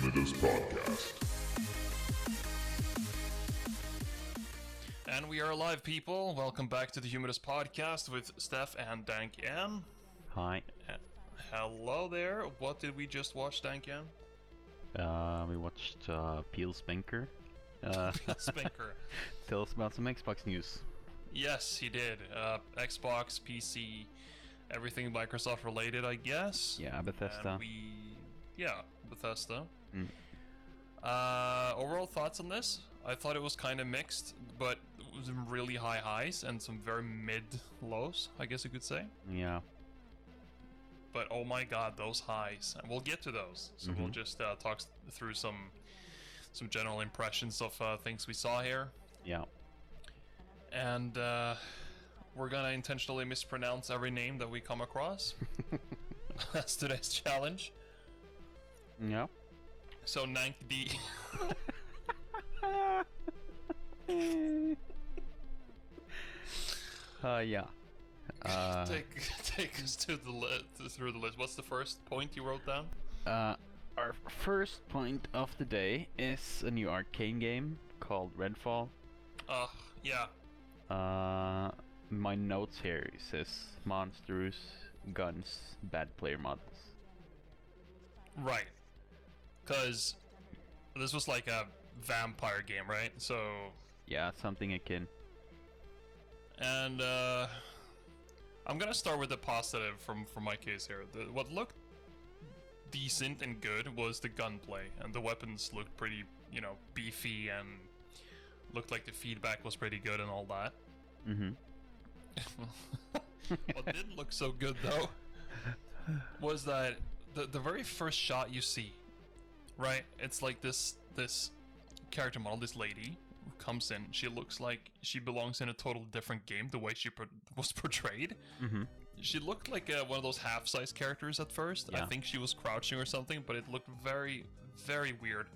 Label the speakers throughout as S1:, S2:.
S1: Brothers Podcast.
S2: And we are live, people. Welcome back to the Humidus Podcast with Steph and Dank Yan.
S3: Hi.
S2: Hello there. What did we just watch, Dank Yan?
S3: Uh, we watched uh, Peel Spanker. Uh,
S2: Spinker.
S3: tell us about some Xbox news.
S2: yes, he did. Uh, Xbox, PC, everything Microsoft related, I guess.
S3: Yeah, Bethesda.
S2: And we, yeah, Bethesda.
S3: Mm.
S2: Uh, overall thoughts on this? I thought it was kind of mixed, but with some really high highs and some very mid lows, I guess you could say.
S3: Yeah.
S2: but oh my god, those highs! And we'll get to those. So we'll just uh, talk s- through some some general impressions of uh, things we saw here,
S3: Yeah.
S2: and uh, we're gonna intentionally mispronounce every name that we come across. That's today's challenge.
S3: Yeah.
S2: So Nank D.
S3: Uh, yeah. Uh,
S2: take take us to the li- to- through the list. What's the first point you wrote down?
S3: uh, our first point of the day is a new arcane game called Redfall.
S2: Uh, yeah,
S3: Uh, my notes here says monsters, guns, bad player models.
S2: right. Because this was like a vampire game, right? So
S3: Yeah, something akin.
S2: And uh, I'm gonna start with the positive from from my case here. The, what looked decent and good was the gunplay, and the weapons looked pretty, you know, beefy and looked like the feedback was pretty good and all that.
S3: Mm-hmm.
S2: what didn't look so good though was that the, the very first shot you see right it's like this this character model this lady who comes in she looks like she belongs in a total different game the way she pro- was portrayed
S3: Mhm.
S2: she looked like uh one of those half-size characters at first i
S3: Yeah.
S2: think she was crouching or something but it looked very very weird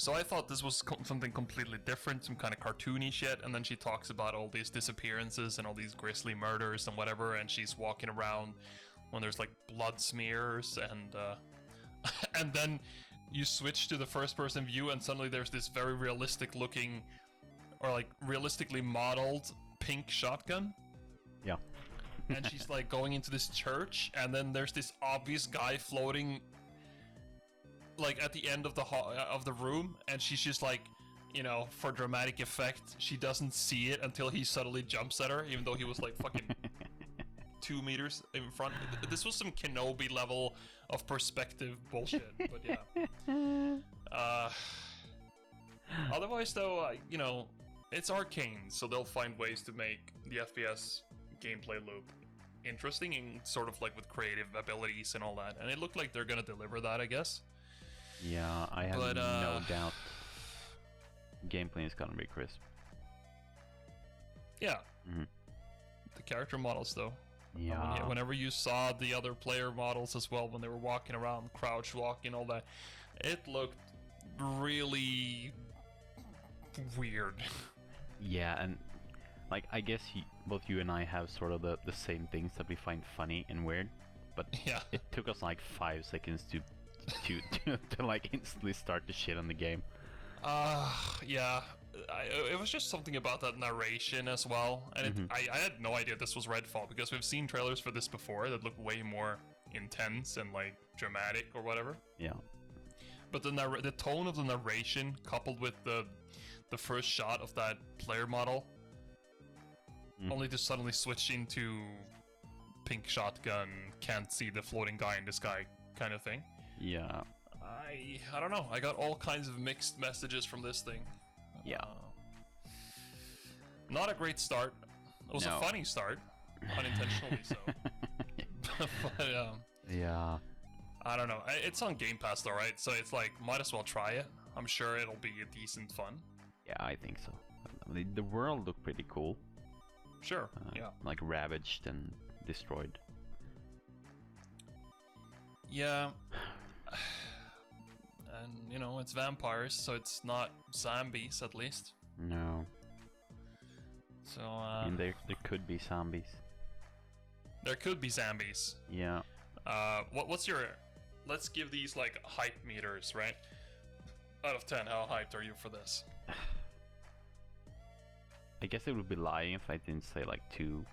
S2: so I thought this was com- something completely different, some kind of cartoony shit. And then she talks about all these disappearances and all these grisly murders and whatever. And she's walking around when there's like blood smears and uh, and then you switch to the first-person view, and suddenly there's this very realistic-looking or like realistically modeled pink shotgun
S3: Yeah.
S2: and she's like going into this church, and then there's this obvious guy floating, like at the end of the hall of the room, and she's just like, you know, for dramatic effect, she doesn't see it until he suddenly jumps at her, even though he was like fucking two meters in front. This was some Kenobi level of perspective bullshit, but yeah. Uh, otherwise, though, uh, you know, it's arcane, so they'll find ways to make the FPS gameplay loop interesting and sort of like with creative abilities and all that. And it looked like they're gonna deliver that, I guess.
S3: Yeah, I have
S2: But, uh,
S3: no doubt. Gameplay is gonna be crisp.
S2: Yeah.
S3: Mhm.
S2: The character models, though. When-
S3: Yeah.
S2: whenever you saw the other player models as well, when they were walking around, crouch walking, all that, it looked really weird.
S3: yeah, and like I guess you, both you and I have sort of the, the same things that we find funny and weird, but
S2: yeah.
S3: it took us like five seconds to to, to, to like instantly start to shit on the game.
S2: Uh, yeah. I, it was just something about that narration as well. And it, I, I had no idea this was Redfall because we've seen trailers for this before that look way more intense and like dramatic or whatever.
S3: Yeah.
S2: But the narr- the tone of the narration coupled with the the first shot of that player model,
S3: Mhm.
S2: only to suddenly switch into pink shotgun, can't see the floating guy in the sky kind of thing.
S3: Yeah.
S2: I I don't know. I got all kinds of mixed messages from this thing.
S3: Yeah.
S2: Uh, not a great start. It was a
S3: No.
S2: funny start, unintentionally so. but um,
S3: Yeah.
S2: I don't know. I- It's on Game Pass though, right? So it's like might as well try it. I'm sure it'll be a decent fun.
S3: Yeah, I think so. I mean, the world looked pretty cool.
S2: Sure.
S3: Uh,
S2: Yeah.
S3: Like ravaged and destroyed.
S2: Yeah. And you know, it's vampires, so it's not zombies at least.
S3: No.
S2: So
S3: I
S2: uh,
S3: mean, there there could be zombies.
S2: there could be zombies.
S3: Yeah.
S2: Uh, what, what's your? Let's give these like hype meters, right? out of 10, how hyped are you for this?
S3: I guess it would be lying if I didn't say like two,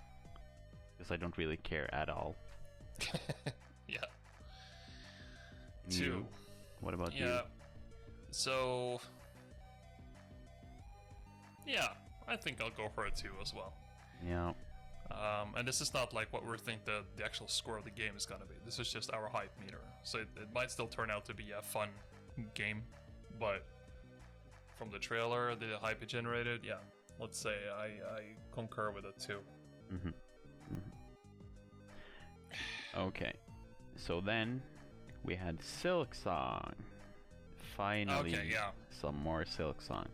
S3: because I don't really care at all.
S2: yeah,
S3: And
S2: two.
S3: you? What about
S2: Yeah. So. Yeah, I think I'll go for a two as well.
S3: you? Yeah.
S2: Um, and this is not like what we think the, the actual score of the game is gonna be. This is just our hype meter. So it, it might still turn out to be a fun game, but from the trailer, the hype it generated, yeah. Let's say I, I concur with it too.
S3: hmm Okay. So then we had Silk Song. Finally,
S2: Okay, yeah.
S3: some more Silk Song.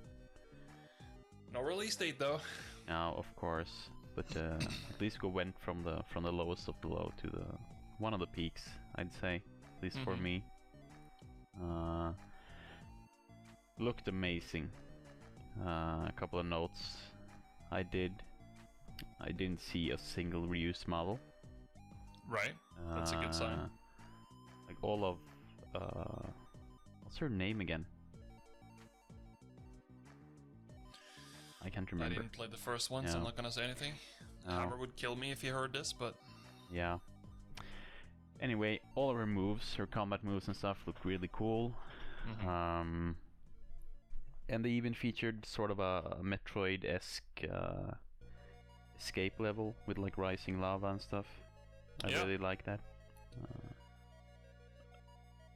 S2: No release date though.
S3: Now, of course, but uh, at least we went from the from the lowest of the low to the one of the peaks. I'd say, at least for
S2: Mhm.
S3: me. Uh, looked amazing. Uh, a couple of notes I did. I didn't see a single reuse model.
S2: Right? That's a good sign.
S3: Uh, Like all of, uh, what's her name again? I can't
S2: I
S3: remember. Um,
S2: didn't play the first one, so I'm
S3: Yeah. Oh.
S2: not gonna say anything.
S3: No.
S2: Hammer would kill me if he heard this, but
S3: Yeah. Anyway, all of her moves, her combat moves and stuff, look really cool.
S2: Mhm.
S3: Um, and they even featured sort of a Metroid-esque uh, escape level with like rising lava and stuff. I
S2: Yeah.
S3: really like that.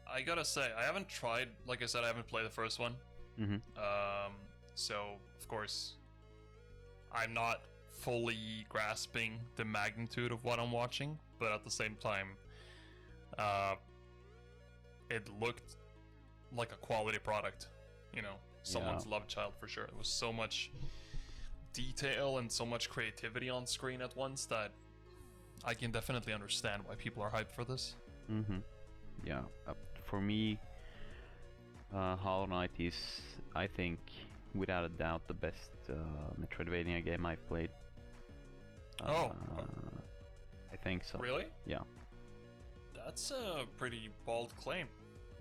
S2: I gotta say, I haven't tried. Like I said, I haven't played the first one,
S3: hmm
S2: um, so of course, I'm not fully grasping the magnitude of what I'm watching. But at the same time, uh, it looked like a quality product. You know, someone's love child for sure. It was so much detail and so much creativity on screen at once that I can definitely understand why people are hyped for this.
S3: Mm-hmm. Yeah. Uh, for me, uh, Hollow Knight is, I think, without a doubt, the best uh, Metroidvania game I've played.
S2: Oh.
S3: Uh, I think so.
S2: Really?
S3: Yeah.
S2: That's a pretty bold claim.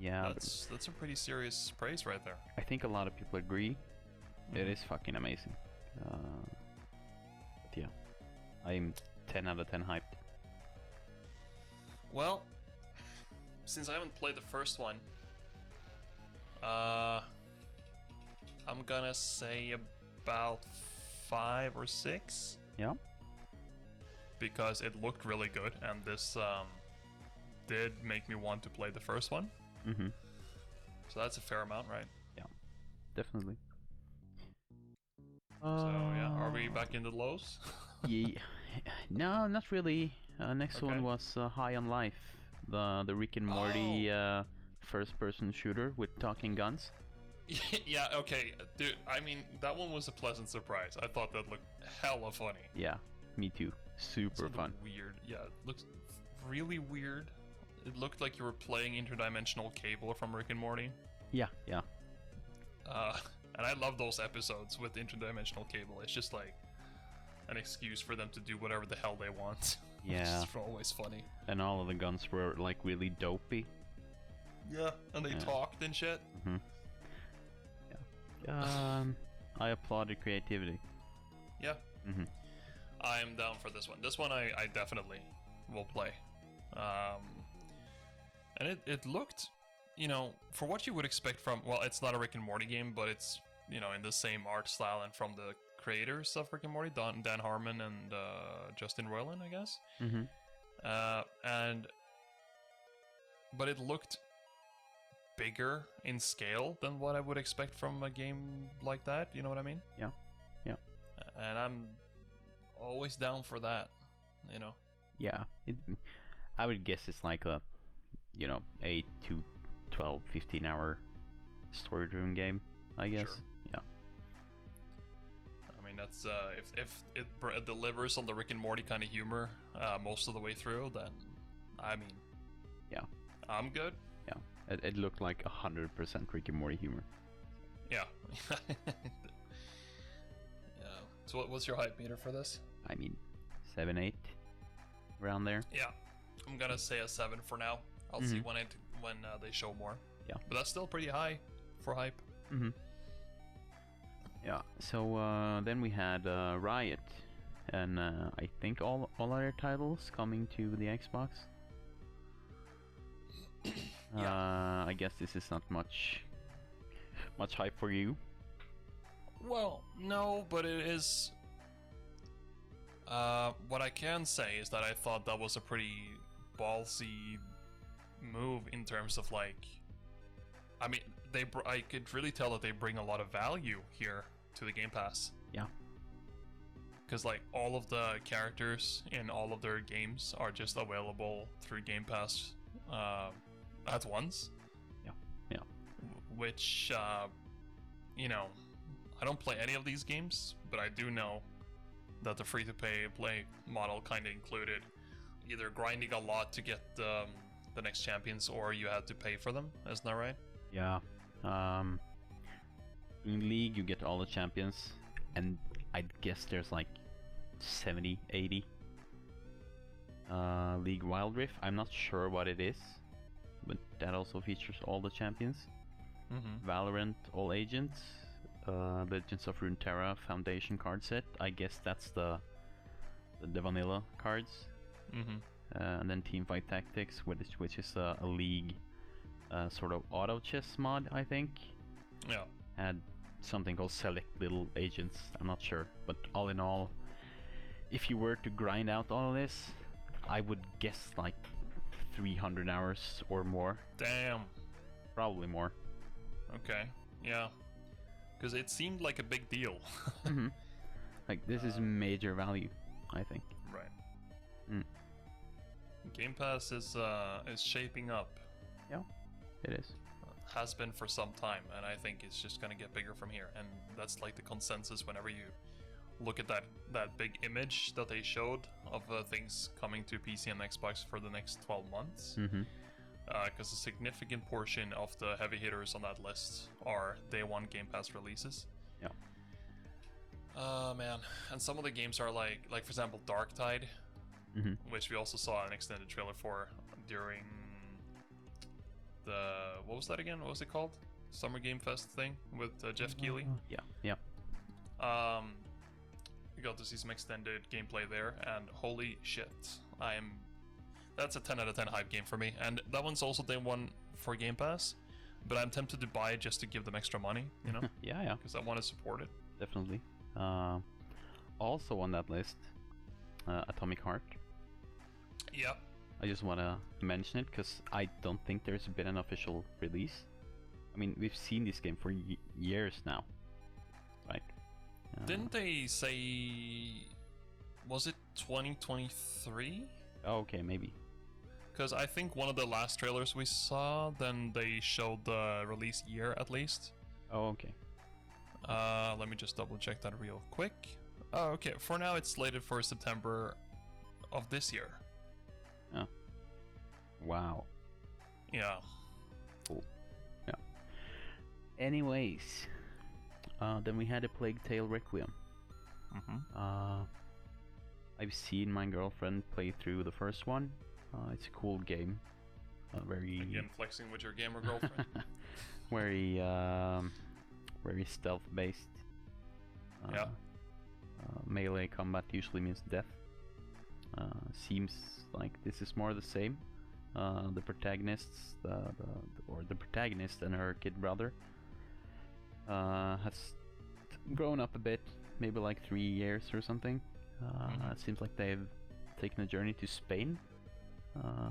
S3: Yeah. but
S2: That's that's a pretty serious praise right there.
S3: I think a lot of people agree.
S2: Mm-hmm.
S3: It is fucking amazing. Uh, but yeah. I'm 10 out of 10 hyped.
S2: Well, since I haven't played the first one, uh, I'm gonna say about five or six
S3: Yeah.
S2: because it looked really good, and this um, did make me want to play the first one.
S3: Mm-hmm.
S2: So that's a fair amount, right?
S3: Definitely.
S2: So yeah, are we back in the lows?
S3: Uh, yeah, no, not really. Uh, next
S2: Okay.
S3: one was uh, High on Life, the the Rick and Morty uh,
S2: Oh.
S3: first-person shooter with talking guns.
S2: yeah, okay, dude. I mean, that one was a pleasant surprise. I thought that looked hella funny.
S3: Yeah, me too.
S2: It's
S3: Super
S2: sort of
S3: fun.
S2: Weird. Yeah, it looks really weird. It looked like you were playing interdimensional cable from Rick and Morty.
S3: Yeah, yeah,
S2: Uh, and I love those episodes with interdimensional cable. It's just like an excuse for them to do whatever the hell they want.
S3: Yeah.
S2: it's just always funny.
S3: and all of the guns were like really dopey.
S2: Yeah, and they
S3: Yeah.
S2: talked and shit.
S3: Um, I applauded creativity.
S2: Yeah,
S3: Mhm.
S2: I'm down for this one. This one I, I definitely will play. Um, and it, it looked, you know, for what you would expect from, well, it's not a Rick and Morty game, but it's, you know, in the same art style and from the creators of Rick and Morty, Don, Dan Harmon and uh, Justin Roiland, I guess.
S3: Mm-hmm.
S2: Uh, and, but it looked bigger in scale than what I would expect from a game like that. You know what I mean?
S3: Yeah. Yeah.
S2: And I'm always down for that. You know.
S3: Yeah, it, I would guess it's like a, you know, eight to 12, 15 hour story-driven game. I guess.
S2: Sure.
S3: Yeah.
S2: I mean, that's uh, if if it br- delivers on the Rick and Morty kind of humor uh, most of the way through, then I mean,
S3: Yeah.
S2: I'm good.
S3: It, it looked like 100% Rick and Morty humor.
S2: Yeah. yeah. So, what, what's your hype meter for this?
S3: I mean, 7 8 around there.
S2: Yeah, I'm gonna say a seven for now. I'll see
S3: Mhm.
S2: when it when uh, they show more.
S3: Yeah.
S2: but that's still pretty high for hype.
S3: hmm Yeah. So uh, then we had uh, Riot, and uh, I think all all other titles coming to the Xbox.
S2: Yeah.
S3: Uh, I guess this is not much much hype for you.
S2: Well, no, but it is. Uh, what I can say is that I thought that was a pretty ballsy move in terms of like. I mean, they br- I could really tell that they bring a lot of value here to the Game Pass.
S3: Yeah.
S2: Because like all of the characters in all of their games are just available through Game Pass uh, at once.
S3: Yeah, yeah.
S2: Wh- Which, uh, you know, I don't play any of these games, but I do know that the free to pay play model kind of included either grinding a lot to get um, the next champions or you had to pay for them. Isn't that right?
S3: Yeah. Um, in League, you get all the champions, and I guess there's like 70, 80. Uh, League Wild Rift, I'm not sure what it is, but that also features all the champions.
S2: Mm-hmm.
S3: Valorant, all agents, uh, Legends of Runeterra Foundation card set. I guess that's the the vanilla cards
S2: Mm-hmm.
S3: uh, and then Teamfight Tactics, which is, which is a, a league uh, sort of auto chess mod, I think.
S2: Yeah.
S3: Had something called Select Little Agents. I'm not sure, but all in all, if you were to grind out all of this, I would guess like 300 hours or more,
S2: Damn.
S3: probably more.
S2: Okay. Yeah. Because it seemed like a big deal.
S3: Mhm. Like this is major value, I think.
S2: right.
S3: Mm.
S2: Game Pass is uh, is shaping up,
S3: Yeah, it is.
S2: has been for some time, and I think it's just gonna get bigger from here. And that's like the consensus whenever you look at that that big image that they showed of uh, things coming to PC and Xbox for the next 12 months.
S3: Mm-hmm.
S2: because uh, a significant portion of the heavy hitters on that list are day one Game Pass releases.
S3: Yeah.
S2: Oh man, and some of the games are like, like for example, Dark Tide,
S3: Mhm.
S2: which we also saw an extended trailer for during the what was that again? What was it called? Summer Game Fest thing with uh, Jeff Keighley.
S3: Yeah, yeah.
S2: Um, we got to see some extended gameplay there, and holy shit, I'm. That's a 10 out of 10 hype game for me, and that one's also day one for Game Pass, but I'm tempted to buy it just to give them extra money, you know,
S3: Yeah, yeah.
S2: because I want to support it.
S3: definitely. Uh, also on that list, uh, Atomic Heart.
S2: Yeah.
S3: I just want to mention it because I don't think there's been an official release. I mean, we've seen this game for y- years now, right? Uh,
S2: Didn't they say. Was it 2023?
S3: oh, okay, maybe.
S2: Because I think one of the last trailers we saw, then they showed the release year at least.
S3: Oh, okay.
S2: Uh, let me just double check that real quick. Oh, okay. For now, it's slated for September of this year.
S3: Wow.
S2: Yeah.
S3: Anyways, uh, then we had a Plague Tale Requiem.
S2: Mm-hmm.
S3: Uh, I've seen my girlfriend play through the first one. Uh, it's a cool game. Uh, very
S2: Again, flexing with your gamer girlfriend.
S3: very um, very stealth based.
S2: Yeah.
S3: Uh, melee combat usually means death. Uh, seems like this is more the same. Uh, the protagonists, the, the, or the protagonist and her kid brother, uh, has grown up a bit, maybe like three years or something. Uh,
S2: Mhm.
S3: It seems like they've taken a journey to Spain. Uh,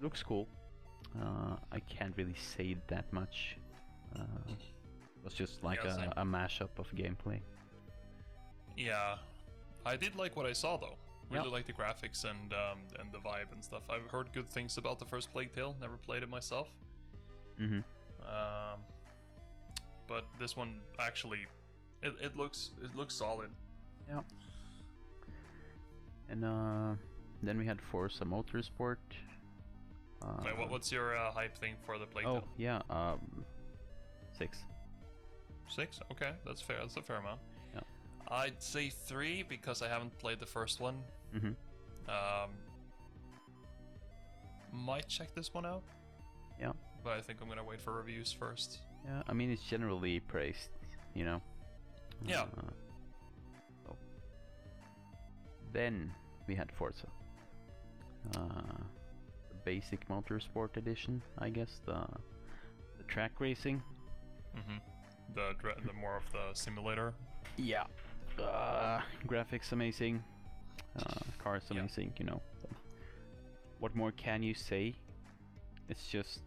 S3: looks cool. Uh, I can't really say that much. Uh, it was just like
S2: Yeah, same.
S3: a, a mashup of gameplay.
S2: yeah. I did like what I saw though. Really
S3: Yeah.
S2: like the graphics and um, and the vibe and stuff. I've heard good things about the first Plague Tale. Never played it myself.
S3: Mm-hmm.
S2: Um, but this one actually, it, it looks it looks solid.
S3: And uh, then we had Forza Motorsport. Uh,
S2: Wait, what, what's your uh, hype thing for the Plague
S3: Oh
S2: Tale?
S3: yeah, um, six.
S2: Six? Okay, that's fair. That's a fair amount.
S3: Yeah.
S2: I'd say three because I haven't played the first one.
S3: Mm-hmm.
S2: Um, might check this one out.
S3: Yeah.
S2: but I think I'm gonna wait for reviews first.
S3: Yeah, I mean it's generally praised, you know.
S2: Yeah.
S3: Uh, so. Then we had Forza. Uh, the basic motorsport edition, I guess. The, the track racing.
S2: Mm-hmm. The dra- the more of the simulator.
S3: Yeah. Uh, graphics amazing. Uh, cars
S2: Yeah.
S3: amazing, you know. What more can you say? It's just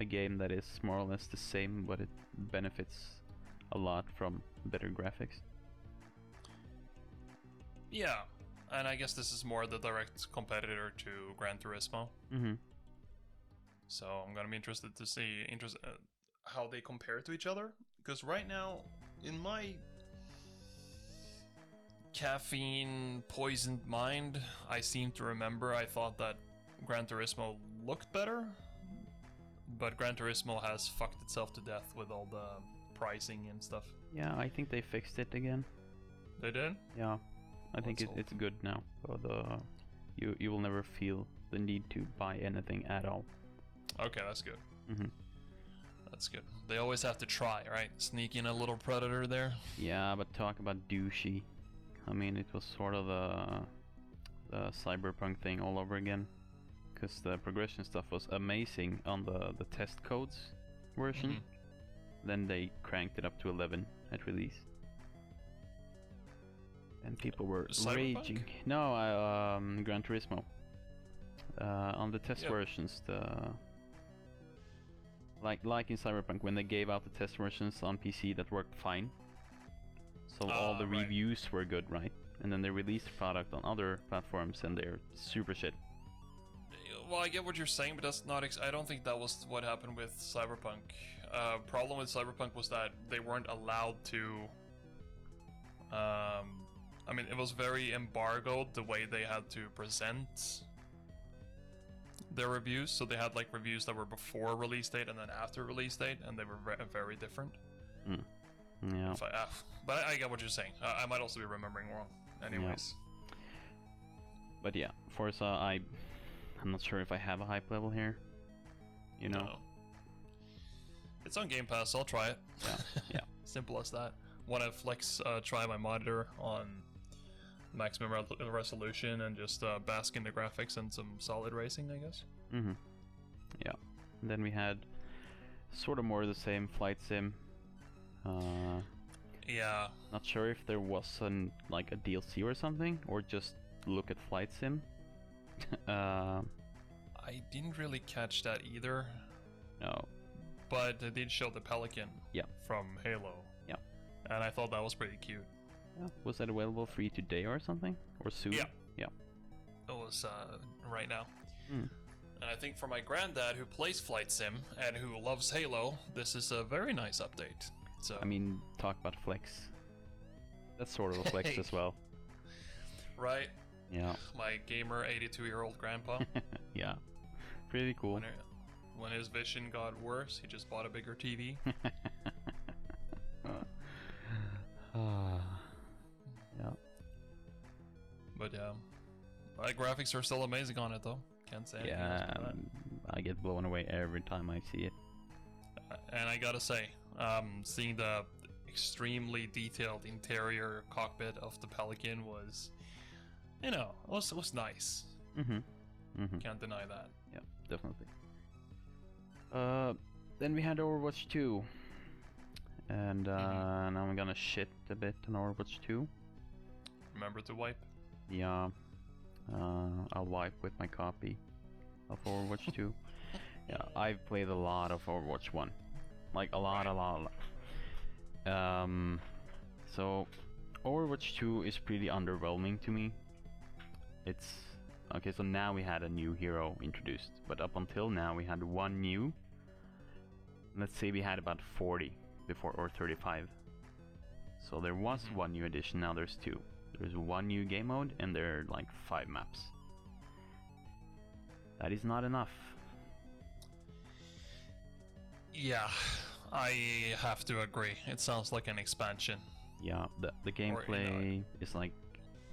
S3: a game that is more or less the same, but it benefits a lot from better graphics.
S2: Yeah, and I guess this is more the direct competitor to Gran Turismo.
S3: Mm-hmm.
S2: So I'm gonna be interested to see interest uh, how they compare to each other. Because right now, in my caffeine poisoned mind, I seem to remember I thought that Gran Turismo looked better, but Gran Turismo has fucked itself to death with all the pricing and stuff.
S3: Yeah, I think they fixed it again.
S2: They did.
S3: Yeah, I think it,
S2: Let's hope.
S3: it's good now. So the you you will never feel the need to buy anything at all.
S2: Okay, that's good.
S3: Mhm.
S2: That's good. They always have to try, right? Sneak in a little predator there.
S3: Yeah, but talk about douchey. I mean, it was sort of the the cyberpunk thing all over again, because the progression stuff was amazing on the the test codes version.
S2: Mm-hmm.
S3: Then they cranked it up to 11 at release. And people were
S2: Cyberpunk?
S3: raging. No, I, um, Gran Turismo. Uh, on the test
S2: Yeah.
S3: versions, the like like in Cyberpunk, when they gave out the test versions on PC that worked fine, so all
S2: Ah,
S3: the
S2: right.
S3: reviews were good, right? And then they released the product on other platforms, and they're super shit.
S2: Well, I get what you're saying, but that's not. Ex- I don't think that was what happened with Cyberpunk. Uh, problem with Cyberpunk was that they weren't allowed to. Um, I mean, it was very embargoed the way they had to present their reviews. So they had like reviews that were before release date and then after release date, and they were ve- very different.
S3: Yeah.
S2: If I- ah, but I, I get what you're saying. I, I might also be remembering wrong. Anyways,
S3: But yeah, Forza, I, I'm not sure if I have a hype level here. You know,
S2: Uh, it's on Game Pass. I'll try it.
S3: Yeah, yeah.
S2: Simple as that. Want to flex? Uh, try my monitor on maximum re- resolution and just uh, bask in the graphics and some solid racing, I guess.
S3: Mm-hmm. Yeah. And then we had sort of more of the same flight sim. Uh,
S2: Yeah,
S3: not sure if there was an like a DLC or something, or just look at flight sim. uh,
S2: I didn't really catch that either,
S3: no.
S2: but they did show the pelican.
S3: Yeah.
S2: From Halo.
S3: Yeah.
S2: And I thought that was pretty cute.
S3: Yeah. Was that available free today or something, or soon?
S2: Yeah.
S3: Yeah.
S2: It was uh, right now.
S3: Mm.
S2: And I think for my granddad who plays Flight Sim and who loves Halo, this is a very nice update. So
S3: I mean, talk about flex. That's sort of a flex as well.
S2: right,
S3: Yeah.
S2: my gamer 82 year old grandpa.
S3: Yeah. Pretty cool.
S2: when, when his vision got worse, he just bought a bigger TV.
S3: yeah.
S2: but yeah, my graphics are still amazing on it though. Can't say anything else
S3: Yeah,
S2: about that.
S3: um, I get blown away every time I see it.
S2: And I gotta say, um, seeing the extremely detailed interior cockpit of the Pelican was, you know, it was, it was nice.
S3: Mm-hmm. Mm-hmm.
S2: Can't deny that.
S3: Yeah, definitely. Uh, then we had Overwatch 2, and uh,
S2: Mhm.
S3: now I'm gonna shit a bit on Overwatch 2.
S2: Remember to wipe.
S3: Yeah, uh, I'll wipe with my copy of Overwatch 2. Yeah, I've played a lot of Overwatch 1, like a lot, a lot, a lot. Um, so Overwatch 2 is pretty underwhelming to me. It's okay. So now we had a new hero introduced, but up until now we had one new. Let's say we had about 40 before or 35. So there was
S2: Mhm.
S3: one new addition. Now there's two. There's one new game mode, and there are like five maps. That is not enough.
S2: Yeah, I have to agree. It sounds like an expansion.
S3: Yeah, the, the
S2: know,
S3: gameplay is like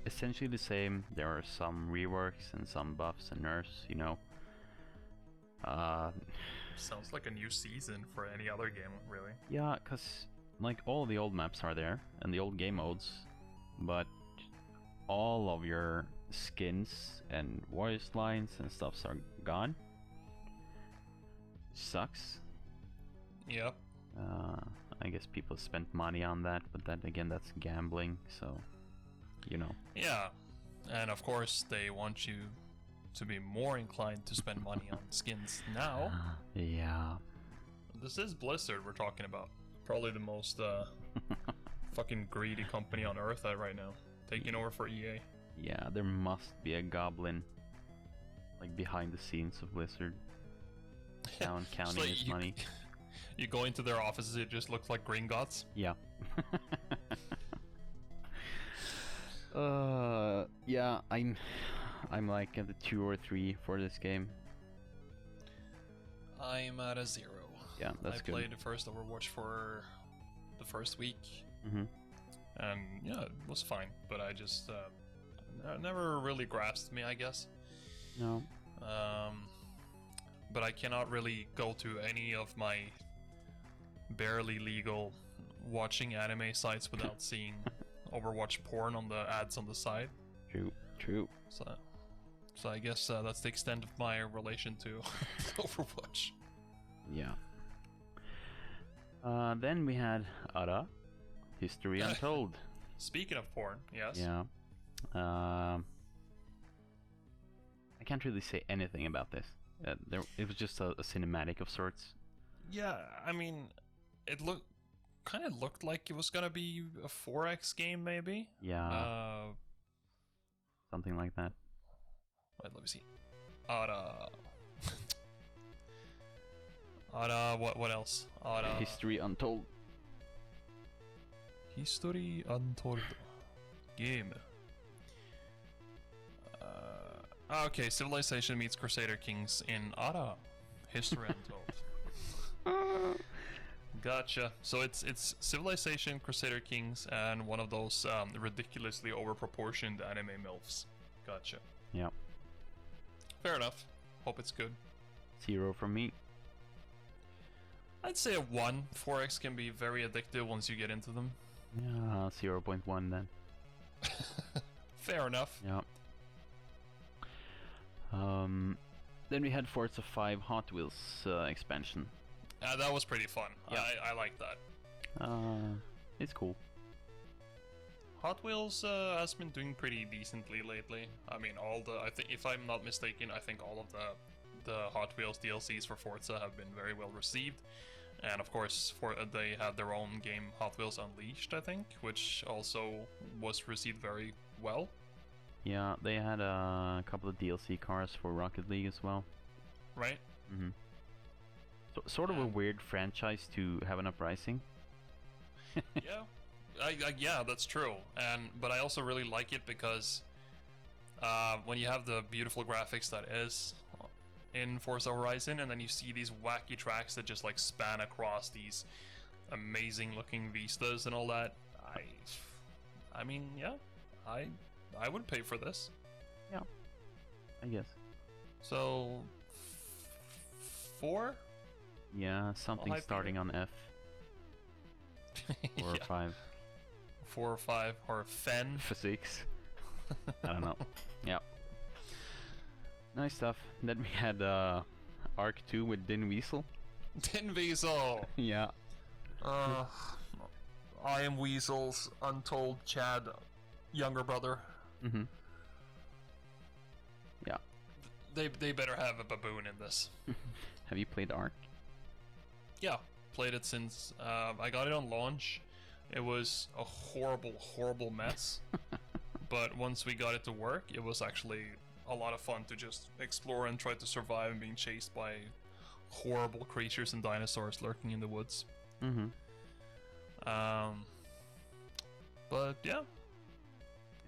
S3: essentially the same. There are some reworks and some buffs and nerfs, you know. Uh,
S1: Sounds like a new season for any other game, really.
S3: Yeah, cause like all the old maps are there and the old game modes, but all of your skins and voice lines and stuffs are gone. Sucks.
S2: Yep.
S3: Uh, I guess people spent money on that, but then again, that's gambling, so you know.
S2: Yeah. And of course, they want you to be more inclined to spend money on skins now.
S3: Yeah.
S2: This is Blizzard we're talking about. Probably the most uh, fucking greedy company on earth uh, right now. Taking over for E EA.
S3: Yeah, there must be a goblin like behind the scenes of Blizzard. Down
S2: Just
S3: counting
S2: like
S3: his
S2: you-
S3: money.
S2: You go into their offices, it just looks like Gringotts.
S3: Yeah. uh yeah, I'm I'm like at the two or three for this game.
S2: I'm at a zero.
S3: Yeah, that's
S2: I
S3: good.
S2: played the first Overwatch for the first week,
S3: Mhm.
S2: and yeah, it was fine. But I just uh, n- never really grasped me, I guess.
S3: No.
S2: Um, but I cannot really go to any of my barely legal watching anime sites without seeing Overwatch porn on the ads on the side.
S3: True. True.
S2: So, so I guess uh, that's the extent of my relation to Overwatch.
S3: Yeah. Uh then we had Ara. History Untold.
S2: Speaking of porn, yes.
S3: Yeah. Um, I can't really say anything about this. Uh, there, it was just a, a cinematic of sorts.
S2: Yeah, I mean, it looked kind of looked like it was gonna be a 4x game, maybe.
S3: Yeah,
S2: Uh,
S3: something like that.
S2: wait, let me see. Ada. Ada. What? What else? Ada.
S3: History Untold.
S2: History Untold. Game. Uh, okay, Civilization meets Crusader Kings in Ada. History Untold. Gotcha. So it's it's Civilization, Crusader Kings, and one of those um, ridiculously overproportioned anime milfs. Gotcha.
S3: Yeah,
S2: Fair enough. Hope it's good.
S3: zero from me.
S2: I'd say a one. 4x can be very addictive once you get into them.
S3: Yeah, zero point one then.
S2: Fair enough.
S3: Yeah. Um, then we had Forza 5 Hot Wheels uh, expansion.
S2: Uh, that was pretty fun.
S3: Yeah.
S2: I, I like that.
S3: Uh, it's cool.
S2: Hot Wheels uh, has been doing pretty decently lately. I mean, all the I think if I'm not mistaken, I think all of the the Hot Wheels DLCs for Forza have been very well received, and of course, for uh, they had their own game Hot Wheels Unleashed, I think, which also was received very well.
S3: Yeah, they had uh, a couple of DLC cars for Rocket League as well.
S2: Right?
S3: Mm-hmm. So, sort of a
S2: Um,
S3: weird franchise to have an uprising.
S2: yeah, I, I, yeah, that's true. And but I also really like it because uh, when you have the beautiful graphics that is in Forza Horizon, and then you see these wacky tracks that just like span across these amazing-looking vistas and all that. I, I mean, yeah, I, I would pay for this.
S3: I guess.
S2: So, four.
S3: Yeah, something
S2: hype you
S3: starting on F or
S2: Yeah,
S3: five
S2: four or five or fen.
S3: for six. I don't know. Yeah. Nice stuff. Then we had uh, Arc Two with Din Weasel.
S2: Tin Weasel.
S3: yeah.
S2: Uh, I am Weasel's untold Chad younger brother.
S3: Mm-hmm.
S2: They, they better have a baboon in this.
S3: Have you played Arc?
S2: Yeah, played it since um, I got it on launch. It was a horrible, horrible mess. but once we got it to work, it was actually a lot of fun to just explore and try to survive and being chased by horrible creatures and dinosaurs lurking in the woods.
S3: Mm-hmm.
S2: Um, but yeah,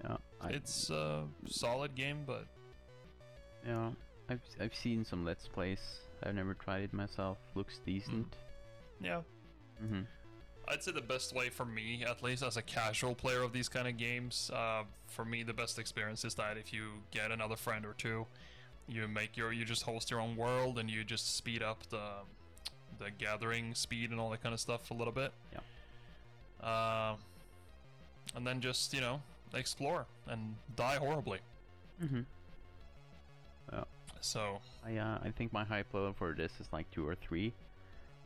S3: Yeah. I,
S2: it's a solid game, but
S3: yeah. I've I've seen some Let's Plays. I've never tried it myself. Looks decent.
S2: yeah,
S3: Mm-hmm.
S2: I'd say the best way for me, at least as a casual player of these kind of games, uh, for me the best experience is that if you get another friend or two you make your you just host your own world and you just speed up the the gathering speed and all that kind of stuff a little bit. Yeah. Um, and then just you know explore and die horribly.
S3: Mm-hmm.
S2: So
S3: I uh, I think my hype level for this is like two or three.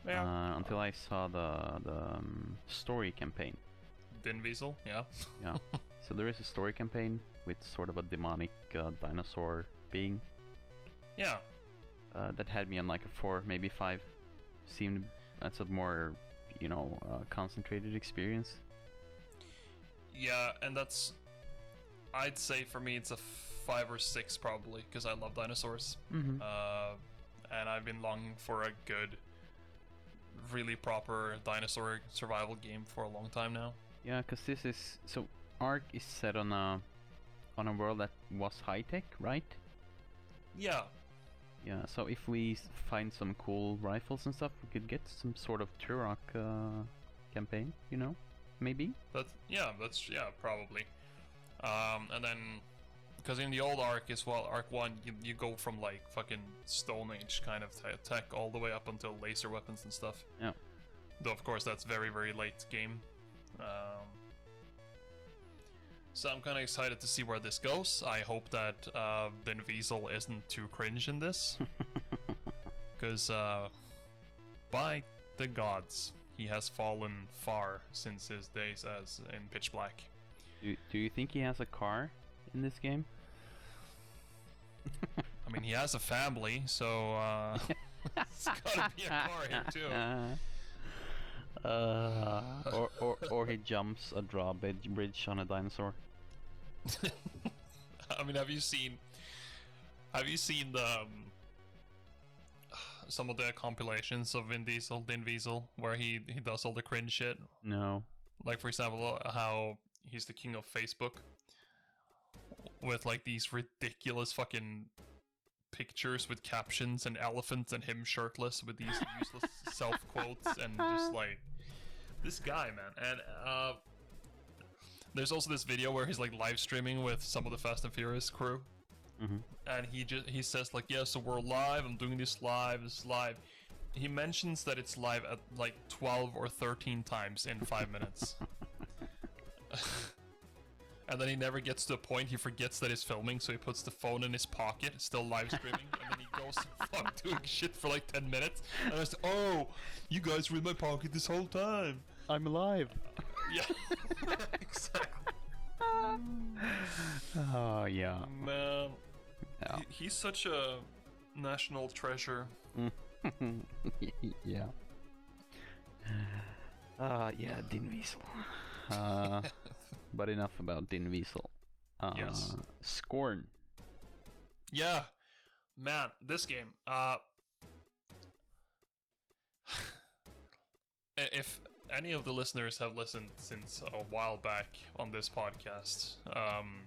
S2: yeah,
S3: Uh, until I saw the the um, story campaign.
S2: Din Diesel, yeah.
S3: Yeah. so there is a story campaign with sort of a demonic uh, dinosaur being
S2: Yeah.
S3: uh, that had me on like a four, maybe five. Seemed that's a more you know uh, concentrated experience.
S2: Yeah, and that's I'd say for me it's a five or six probably, because I love dinosaurs.
S3: Mm-hmm.
S2: Uh, and I've been longing for a good, really proper dinosaur survival game for a long time now.
S3: Yeah, because this is so Ark is set on a on a world that was high tech, right?
S2: Yeah,
S3: Yeah. So if we s- find some cool rifles and stuff, we could get some sort of Turok uh, campaign. You know, maybe.
S2: that's yeah, that's yeah, probably. Um, and then because in the old arc as well, arc one, you, you go from like fucking Stone Age kind of te- tech all the way up until laser weapons and stuff.
S3: Yeah.
S2: Though of course that's very very late game. Um, so I'm kind of excited to see where this goes. I hope that uh, Vin Diesel isn't too cringe in this, because uh, by the gods, he has fallen far since his days as in Pitch Black.
S3: Do, do you think he has a car in this game?
S2: I mean, he has a family, so uh, it's gotta be a car here too.
S3: Uh, or, or, or he jumps a drawbridge bridge on a dinosaur.
S2: I mean, have you seen? Have you seen the um, some of the compilations of Vin Diesel, Vin Diesel, where he he does all the cringe shit?
S3: No.
S2: Like for example, how he's the king of Facebook with like these ridiculous fucking pictures with captions and elephants and him shirtless with these useless self quotes and just like this guy, man. And uh there's also this video where he's like live streaming with some of the Fast and Furious crew.
S3: Mhm.
S2: And he just he says like, yeah, so we're live. I'm doing this live. This is live. He mentions that it's live at like 12 or 13 times in five minutes. and then he never gets to a point. He forgets that he's filming, so he puts the phone in his pocket, still live streaming, and then he goes fuck doing shit for like 10 minutes. And I was oh, you guys were in my pocket this whole time.
S3: I'm alive.
S2: Yeah, exactly.
S3: Oh yeah.
S2: Man,
S3: Yeah.
S2: he- he's such a national treasure.
S3: yeah. Uh yeah, Din Weasel. Uh, but enough about Din Weasel. Uh,
S2: Yes.
S3: Scorn.
S2: Yeah, man, this game. Uh, i- if any of the listeners have listened since a while back on this podcast, um,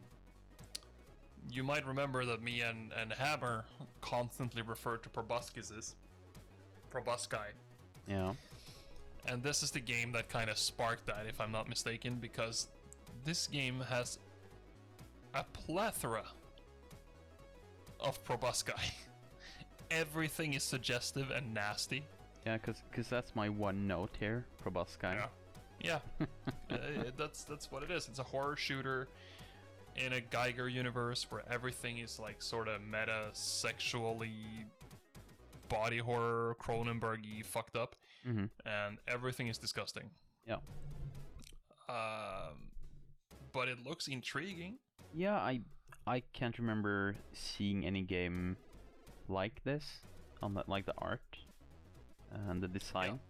S2: you might remember that me and, and Hammer constantly referred to proboscises, probosci,
S3: Yeah.
S2: and this is the game that kind of sparked that, if I'm not mistaken, because this game has a plethora of proboscis. Everything is suggestive and nasty.
S3: Yeah, cause, 'cause that's my one note here, Proboscis.
S2: Yeah. Yeah, Uh, that's that's what it is. It's a horror shooter in a Geiger universe where everything is like sort of meta, sexually, body horror, Cronenberg-y, fucked up,
S3: Mm-hmm.
S2: and everything is disgusting.
S3: Yeah.
S2: Um, but it looks intriguing.
S3: Yeah, I I can't remember seeing any game like this on the, like the art and the design.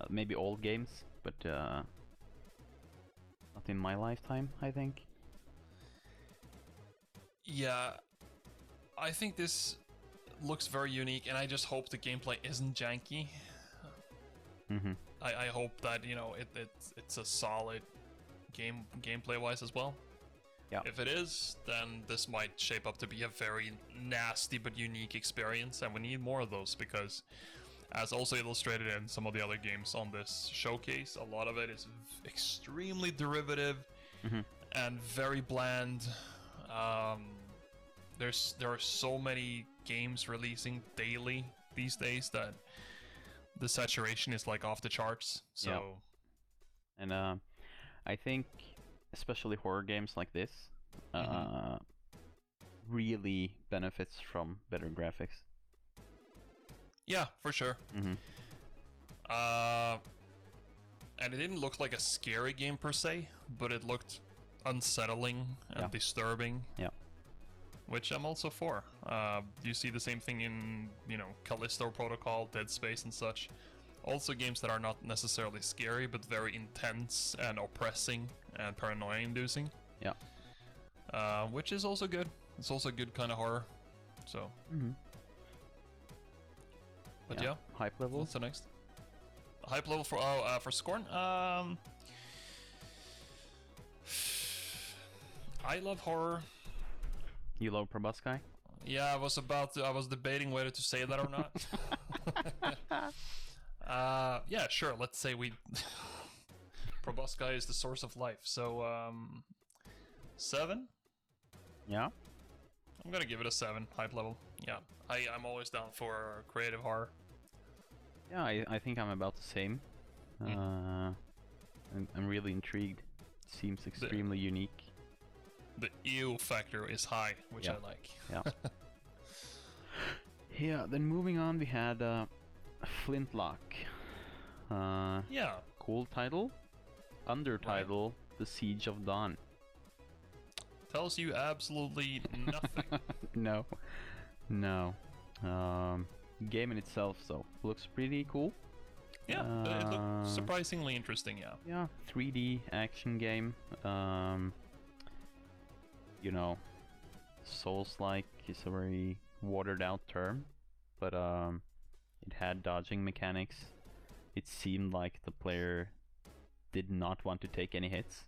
S3: Uh, maybe old games, but uh, not in my lifetime, I think.
S2: Yeah, I think this looks very unique, and I just hope the gameplay isn't janky.
S3: Mm-hmm.
S2: I, I hope that you know it, it's it's a solid game gameplay wise as well.
S3: Yeah.
S2: If it is, then this might shape up to be a very nasty but unique experience, and we need more of those because, as also illustrated in some of the other games on this showcase, a lot of it is v- extremely derivative
S3: Mhm.
S2: and very bland. Um, there's there are so many games releasing daily these days that the saturation is like off the charts. So
S3: And uh, I think, especially horror games like this,
S2: Mm-hmm.
S3: uh, really benefits from better graphics.
S2: yeah, for sure.
S3: Mm-hmm.
S2: Uh, and it didn't look like a scary game per se, but it looked unsettling and
S3: Yeah.
S2: disturbing.
S3: Yeah.
S2: Which I'm also for. Uh, you see the same thing in, you know, Callisto Protocol, Dead Space, and such. Also, games that are not necessarily scary, but very intense and oppressing and paranoia inducing.
S3: Yeah.
S2: Uh, which is also good. It's also a good kind of horror. So,
S3: Mm-hmm.
S2: but yeah.
S3: Hype level.
S2: What's the next? Hype level for oh uh, for Scorn. Um, I love horror.
S3: You love Proboscis?
S2: Yeah, I was about to, I was debating whether to say that or not. uh, yeah, sure. Let's say we Proboscis is the source of life. So um, seven.
S3: Yeah.
S2: I'm gonna give it a seven. Hype level. Yeah, I I'm always down for creative horror.
S3: Yeah, I, I think I'm about the same.
S2: Mm.
S3: Uh, I'm, I'm really intrigued. Seems extremely unique.
S2: The ew factor is high, which
S3: Yeah.
S2: I like.
S3: Yeah, then moving on, we had uh, Flintlock. Uh,
S2: Yeah.
S3: cool title. Undertitle The Siege of Dawn.
S2: tells you absolutely nothing.
S3: No. No. Um, game in itself, though. Looks pretty cool.
S2: yeah, but it
S3: Uh,
S2: looked surprisingly interesting. Yeah,
S3: Yeah, 3D action game. Um, you know, Souls like is a very watered out term, but um, it had dodging mechanics. It seemed like the player did not want to take any hits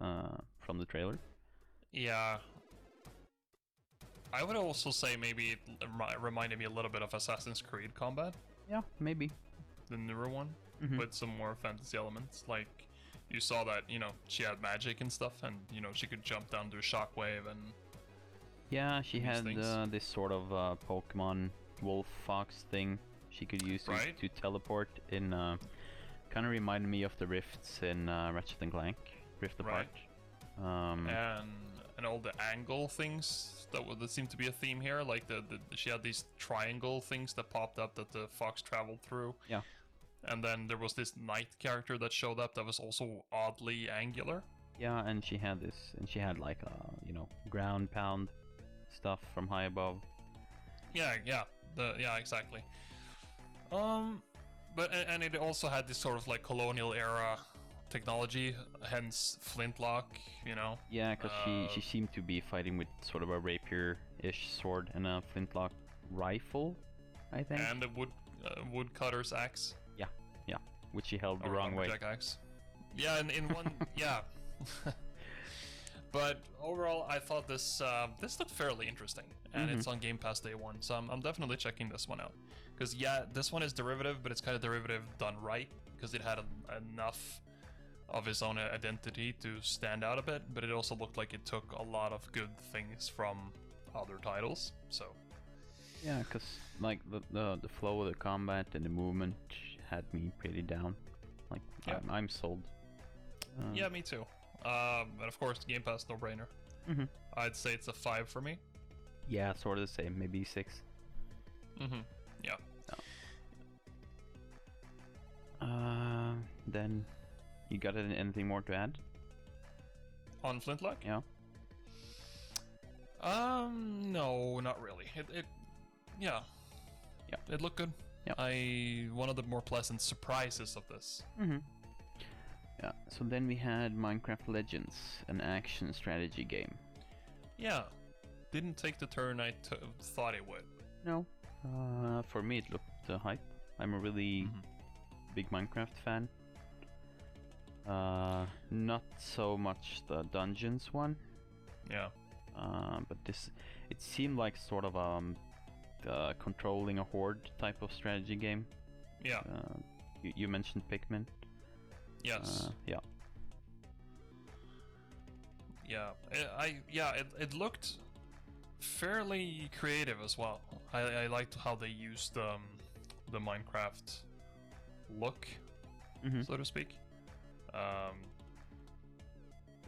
S3: uh, from the trailer.
S2: yeah. I would also say maybe it remi- reminded me a little bit of Assassin's Creed combat,
S3: Yeah, maybe.
S2: the newer one,
S3: Mhm.
S2: with some more fantasy elements. Like you saw that you know she had magic and stuff, and you know she could jump down to a shockwave and
S3: Yeah, she
S2: These
S3: had
S2: things.
S3: uh, this sort of uh, Pokemon wolf fox thing she could use to,
S2: Right.
S3: to teleport in. Uh, kind of reminded me of the rifts in uh, Ratchet and Clank, Rift Apart.
S2: Right. Uh,
S3: Um,
S2: and and all the angle things that were, that seemed to be a theme here. Like the, the she had these triangle things that popped up that the fox traveled through.
S3: Yeah.
S2: And then there was this knight character that showed up that was also oddly angular.
S3: yeah, and she had this, and she had like uh, you know ground pound stuff from high above.
S2: Yeah, yeah, the, yeah, exactly. Um, but and, and it also had this sort of like colonial era technology, hence flintlock. You know.
S3: Yeah, because
S2: Uh,
S3: she she seemed to be fighting with sort of a rapier-ish sword and a flintlock rifle, I think,
S2: And a wood uh, woodcutter's axe.
S3: which she held the
S2: Or
S3: wrong way.
S2: lumberjack axe. Yeah, in, in one, yeah. but overall, I thought this uh, this looked fairly interesting, and
S3: Mm-hmm.
S2: it's on Game Pass day one, so I'm, I'm definitely checking this one out. Because yeah, this one is derivative, but it's kind of derivative done right because it had en- enough of its own identity to stand out a bit, but it also looked like it took a lot of good things from other titles. So
S3: Yeah, because like the, the the flow of the combat and the movement had me pretty down. Like
S2: Yeah.
S3: I'm, I'm sold. Uh,
S2: yeah, me too. Um, and of course, Game Pass no brainer.
S3: Mhm.
S2: I'd say it's a five for me.
S3: Yeah, sort of the same. Maybe six.
S2: Mm-hmm. Yeah.
S3: Uh, then you got an- anything more to add?
S2: On Flintlock?
S3: Yeah.
S2: Um, no, not really. It, it yeah.
S3: Yeah.
S2: It looked good.
S3: Yeah.
S2: I one of the more pleasant surprises of this.
S3: Mm-hmm. Yeah. So then we had Minecraft Legends, an action strategy game.
S2: Yeah. Didn't take the turn I t- thought it would.
S3: No. Uh, for me it looked uh, hype. I'm a really big Minecraft fan. Uh, not so much the dungeons one.
S2: Yeah.
S3: Uh, but this, it seemed like sort of um, uh, controlling a horde type of strategy game.
S2: Yeah.
S3: Uh, you, you mentioned Pikmin.
S2: Yes.
S3: Uh, yeah.
S2: Yeah, I, I yeah, it, it looked fairly creative as well. I, I liked how they used um, the Minecraft look,
S3: Mhm.
S2: so to speak. Um,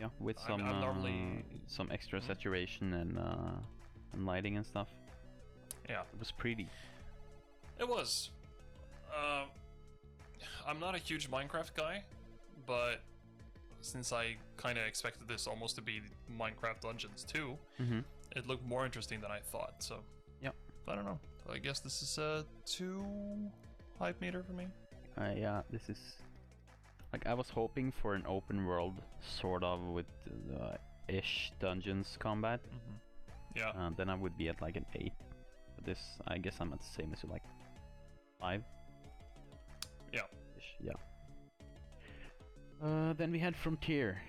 S3: Yeah, with
S2: I'm-
S3: some
S2: I'm
S3: uh,
S2: normally-
S3: some extra
S2: Mhm.
S3: saturation and uh, and lighting and stuff.
S2: yeah,
S3: It was pretty.
S2: it was. Um, I'm not a huge Minecraft guy, but since I kind of expected this almost to be Minecraft Dungeons 2,
S3: hmm
S2: it looked more interesting than I thought. So,
S3: Yep.
S2: I don't know. I guess this is a two hype meter for me.
S3: Uh, yeah, this is like I was hoping for an open world sort of with uh, ish dungeons combat.
S2: Yeah.
S3: Uh, then I would be at like an eight. But this, I guess, I'm at the same as you, like five.
S2: Yeah.
S3: Ish, yeah. Uh, then we had Frontier,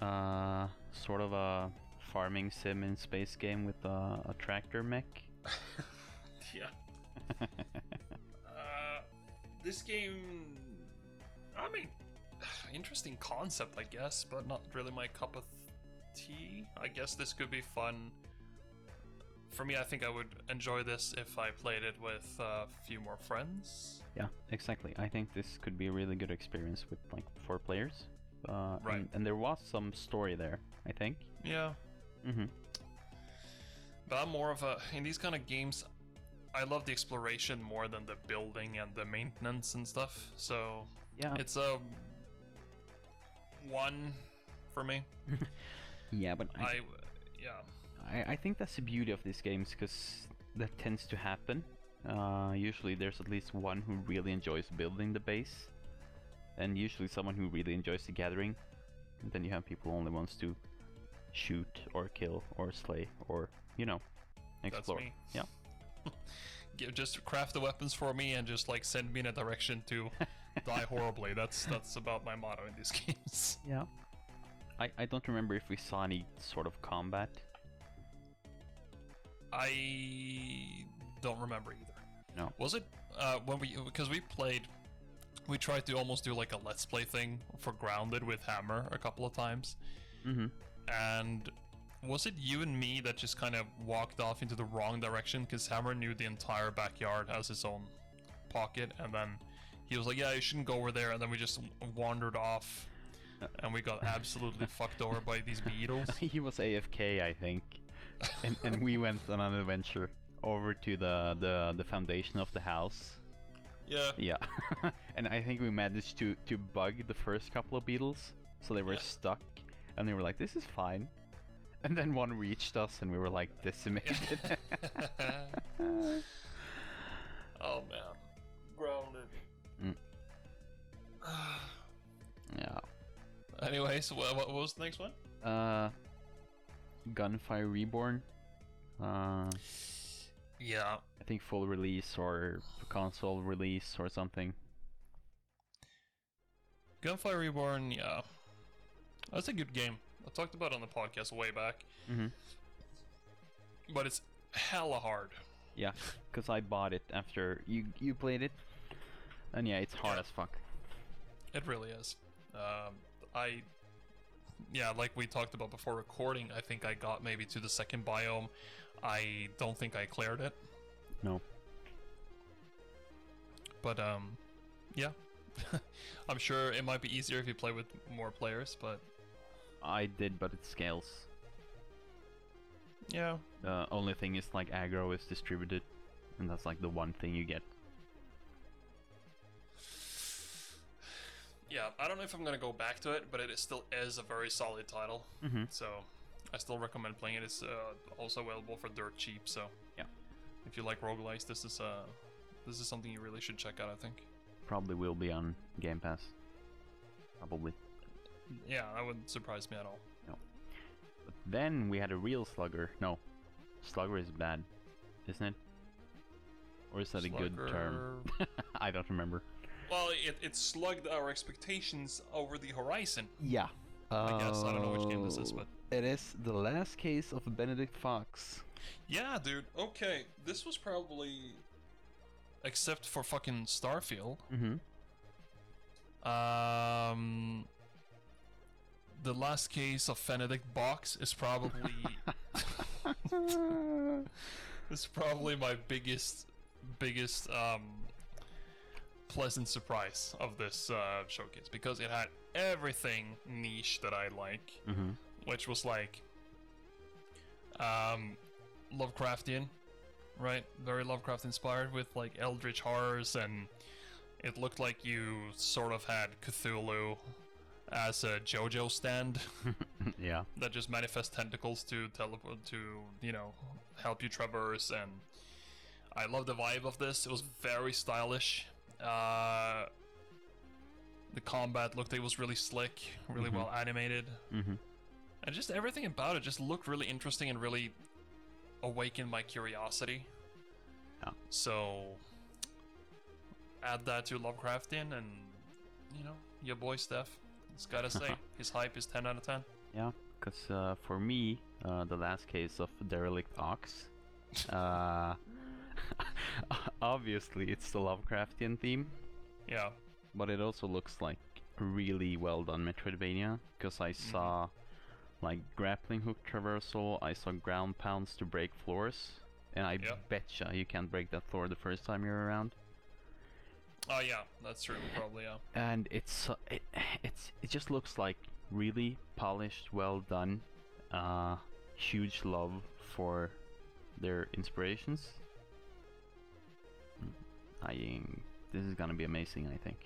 S3: uh, sort of a farming sim in space game with uh, a tractor mech.
S2: Yeah. Uh, this game, I mean, interesting concept, I guess, but not really my cup of tea. I guess this could be fun. For me, I think I would enjoy this if I played it with uh, a few more friends.
S3: Yeah, exactly. I think this could be a really good experience with like four players. Uh,
S2: Right.
S3: And, and there was some story there, I think.
S2: Yeah.
S3: Mm-hmm.
S2: But I'm more of a in these kind of games. I love the exploration more than the building and the maintenance and stuff. So
S3: Yeah.
S2: it's a one for me.
S3: yeah, but
S2: I yeah.
S3: I, I think that's the beauty of these games because that tends to happen. Uh, usually, there's at least one who really enjoys building the base, and usually someone who really enjoys the gathering. And then you have people who only wants to shoot or kill or slay or you know explore.
S2: me.
S3: Yeah,
S2: Give, just craft the weapons for me and just like send me in a direction to die horribly. That's that's about my motto in these games.
S3: yeah. I, I don't remember if we saw any sort of combat.
S2: I don't remember either.
S3: No.
S2: Was it uh, when we because we played, we tried to almost do like a let's play thing for Grounded with Hammer a couple of times,
S3: Mm-hmm.
S2: and was it you and me that just kind of walked off into the wrong direction because Hammer knew the entire backyard as his own pocket, and then he was like, "Yeah, you shouldn't go over there," and then we just wandered off. And we got absolutely fucked over by these beetles.
S3: he was AFK, I think, and, and we went on an adventure over to the, the, the foundation of the house.
S2: Yeah.
S3: Yeah, and I think we managed to to bug the first couple of beetles, so they were stuck, and they were like, "This is fine," and then one reached us, and we were like decimated.
S2: oh man. Grounded.
S3: Mm. yeah.
S2: Anyways, what, what was the next one?
S3: Uh, Gunfire Reborn. Uh,
S2: Yeah.
S3: I think full release or console release or something.
S2: Gunfire Reborn, yeah. That's a good game. I talked about it on the podcast way back,
S3: Mhm.
S2: but it's hella hard.
S3: Yeah, because I bought it after you you played it, and yeah, it's hard as fuck.
S2: It really is. Um, I, yeah, like we talked about before recording, I think I got maybe to the second biome. I don't think I cleared it,
S3: No.
S2: but um, yeah. I'm sure it might be easier if you play with more players, but
S3: I did, but it scales.
S2: yeah,
S3: The only thing is like aggro is distributed, and that's like the one thing you get.
S2: yeah. I don't know if I'm gonna go back to it, but it is- still is a very solid title.
S3: Mm-hmm.
S2: So I still recommend playing it. It's uh, also available for dirt cheap. So
S3: Yeah.
S2: if you like roguelikes, this is uh, this is something you really should check out. I think.
S3: Probably will be on Game Pass. Probably.
S2: Yeah, that wouldn't surprise me at all.
S3: But then we had a real Slugger. No, Slugger is bad, isn't it? Or is that a good term? I don't remember.
S2: Well, it, it slugged our expectations over the horizon.
S3: Yeah. Oh.
S2: I guess. I don't know which game this is, but-
S3: it is the last case of Benedict Fox.
S2: Yeah, dude. Okay, this was probably, except for fucking Starfield,
S3: Mm-hmm.
S2: um, the last case of Benedict Box is probably It's probably my biggest, biggest um, pleasant surprise of this uh, showcase because it had everything niche that I like,
S3: mm-hmm.
S2: which was like um, Lovecraftian, right? Very Lovecraft inspired with like Eldritch horrors, and it looked like you sort of had Cthulhu as a JoJo stand
S3: yeah.
S2: that just manifest tentacles to teleport to you know help you traverse and i love the vibe of this it was very stylish uh the combat looked it was really slick really
S3: Mhm.
S2: well animated
S3: Mm-hmm.
S2: and just everything about it just looked really interesting and really awakened my curiosity
S3: Yeah.
S2: so add that to lovecraftian and you know your boy steph it's gotta say his hype is 10 out of 10
S3: Yeah, because uh, for me, uh, the last case of derelict ox, uh, obviously it's the Lovecraftian theme,
S2: yeah
S3: but it also looks like really well done Metroidvania. Because I saw like grappling hook traversal, I saw ground pounds to break floors, and I
S2: Yeah.
S3: betcha you can't break that floor the first time you're around.
S2: Oh yeah, that's true. Probably yeah.
S3: and it's so- it, it's it just looks like really polished, well done. Uh, huge love for their inspirations. Mm, I this is gonna be amazing. I think.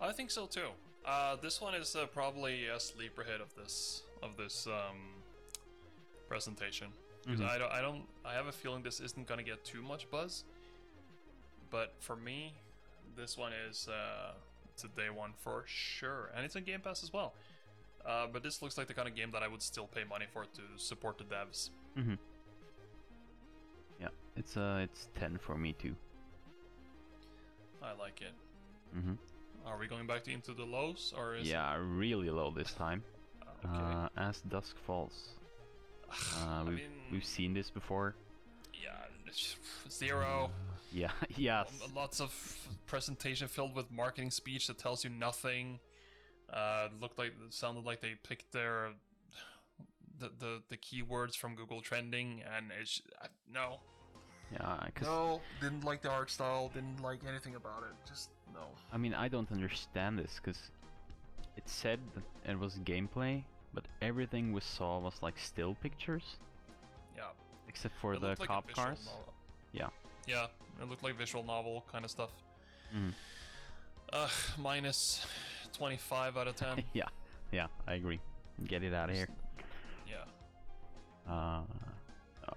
S2: I think so too. Uh, this one is uh, probably a sleeper hit of this of this um, presentation because
S3: Mhm.
S2: I don't I don't I have a feeling this isn't gonna get too much buzz. But for me, this one is uh, it's a day one for sure, and it's on Game Pass as well. Uh, but this looks like the kind of game that I would still pay money for to support the devs.
S3: Yeah, it's uh it's ten for me too.
S2: I like it.
S3: hmm
S2: Are we going back to into the lows or is
S3: Yeah, really low this time.
S2: okay.
S3: Uh, as dusk falls. Uh,
S2: I
S3: we've,
S2: mean-
S3: we've seen this before.
S2: yeah zero.
S3: Yeah. yes.
S2: Um, Lots of presentation filled with marketing speech that tells you nothing. Uh, looked like sounded like they picked their the the, the keywords from Google trending, and it's I, no,
S3: Yeah, because
S2: no, didn't like the art style, didn't like anything about it. Just no.
S3: I mean, I don't understand this because it said that it was gameplay, but everything we saw was like still pictures,
S2: Yeah.
S3: except for
S2: It
S3: the
S2: looked like a
S3: cop
S2: visual
S3: cars.
S2: novel.
S3: Yeah.
S2: Yeah, it looked like visual novel kind of stuff.
S3: Mhm.
S2: Ugh, minus twenty five out of ten.
S3: yeah, yeah, I agree. Get it out of here.
S2: yeah.
S3: Uh, oh.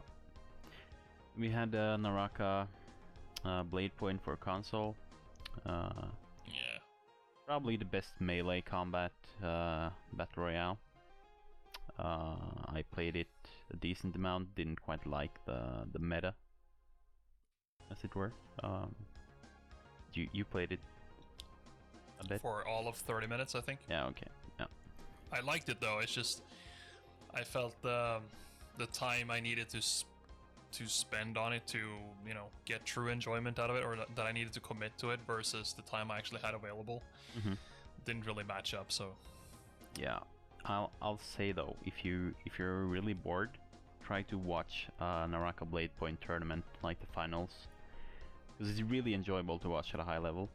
S3: We had uh, Naraka uh, Blade Point for console. Uh,
S2: Yeah.
S3: probably the best melee combat uh, battle royale. Uh, I played it a decent amount. Didn't quite like the the meta, as it were. Um, you you played it a bit.
S2: For all of thirty minutes, I think.
S3: Yeah. Okay. Yeah.
S2: I liked it though. It's just I felt um, the time I needed to s to spend on it to you know get true enjoyment out of it, or that that I needed to commit to it versus the time I actually had available
S3: Mhm.
S2: didn't really match up. So
S3: Yeah. I'll I'll say though, if you if you're really bored, try to watch uh, Naraka Blade Point tournament like the finals, because it's really enjoyable to watch at a high level.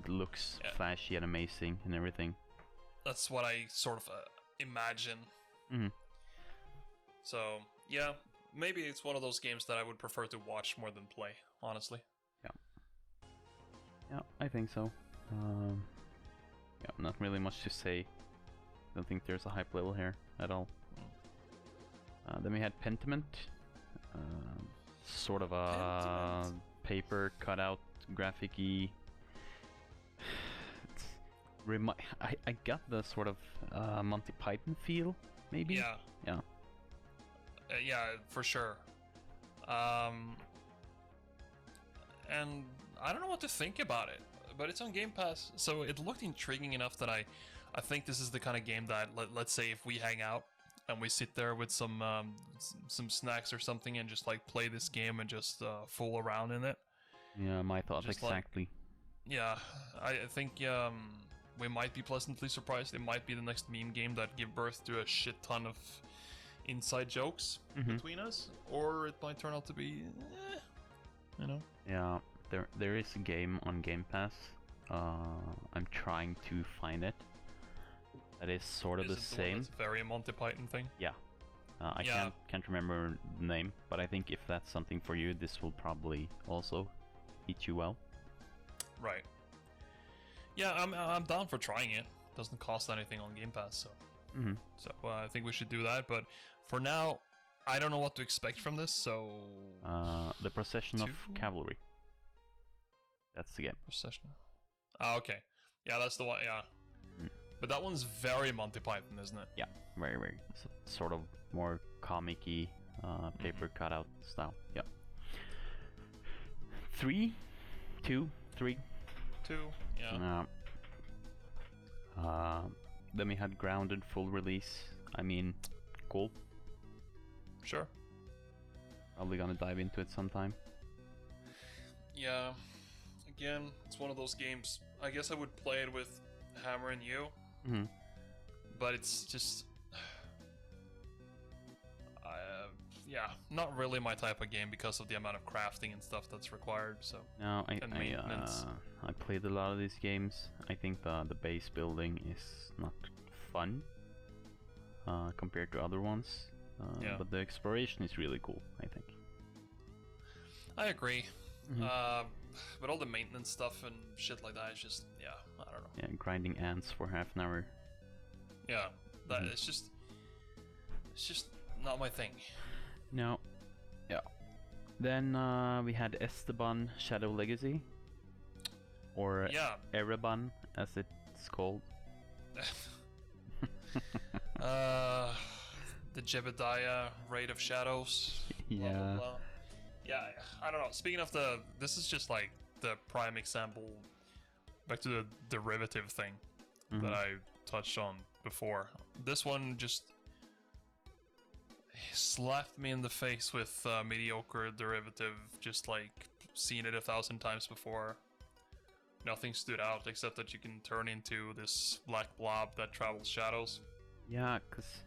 S3: It looks
S2: Yeah.
S3: flashy and amazing and everything.
S2: that's what I sort of uh, imagine.
S3: Mhm.
S2: So yeah, maybe it's one of those games that I would prefer to watch more than play. Honestly,
S3: Yeah, I think so. Um, yeah, not really much to say. Don't think there's a hype level here at all. Uh, then we had Pentiment, um, sort of a
S2: Pentiment.
S3: paper cutout graphic-y. It's Remi- I, I got the sort of uh, Monty Python feel, maybe.
S2: yeah.
S3: Yeah.
S2: Uh, yeah, for sure. Um, and I don't know what to think about it, but it's on Game Pass, so it looked intriguing enough that I, I think this is the kind of game that let, let's say if we hang out and we sit there with some um, s- some snacks or something and just like play this game and just uh, fool around in it.
S3: Yeah, my thoughts
S2: Just like-
S3: exactly.
S2: Yeah, I I think um, we might be pleasantly surprised. It might be the next meme game that give birth to a shit ton of inside jokes
S3: Mhm.
S2: between us, or it might turn out to be, eh, you know.
S3: Yeah, there there is a game on Game Pass. Uh, I'm trying to find it. That is sort of
S2: Is
S3: the
S2: it one
S3: same.
S2: that's very Monty Python thing.
S3: Uh, I
S2: Yeah.
S3: can't can't remember the name, but I think if that's something for you, this will probably also eat you well.
S2: Right. Yeah, I'm I'm down for trying it. Doesn't cost anything on Game Pass, so
S3: Mhm.
S2: so uh, I think we should do that. But for now, I don't know what to expect from this. So
S3: Uh, the procession of
S2: Two?
S3: cavalry. That's the game.
S2: procession. Ah, okay. Yeah, that's the one. Yeah,
S3: Mm.
S2: but that one's very Monty Python, isn't it?
S3: Very very s- sort of more comic-y, uh,
S2: Mm-hmm.
S3: paper cutout style. Yeah. Three, two, three.
S2: Two. Yeah.
S3: Uh, uh, then we had grounded full release. I mean, cool.
S2: Sure.
S3: Probably gonna dive into it sometime.
S2: Yeah. Again, it's one of those games. I guess I would play it with Hammer and you, Mm-hmm.
S3: Mhm.
S2: but it's just. I, Uh, yeah, not really my type of game because of the amount of crafting and stuff that's required. So
S3: No, I
S2: And
S3: I,
S2: maintenance.
S3: uh, I played a lot of these games. I think the the base building is not fun uh, compared to other ones. Uh,
S2: Yeah.
S3: But the exploration is really cool. I think.
S2: I agree.
S3: Mhm.
S2: Uh, but all the maintenance stuff and shit like that is just yeah, I don't know.
S3: Yeah, grinding ants for half an hour.
S2: Yeah, that
S3: Mhm.
S2: it's just it's just not my thing.
S3: No. Yeah. Then uh, we had Esteban Shadow Legacy, or
S2: Yeah,
S3: Ereban, as it's called.
S2: uh, the Jebediah Raid of Shadows. Blah, blah,
S3: Yeah.
S2: blah. Yeah, I don't know. Speaking of the, this is just like the prime example back to the derivative thing that
S3: Mhm.
S2: I touched on before. This one just slapped me in the face with uh, mediocre derivative, just like seen it a thousand times before. Nothing stood out except that you can turn into this black blob that travels shadows.
S3: Yeah, cause,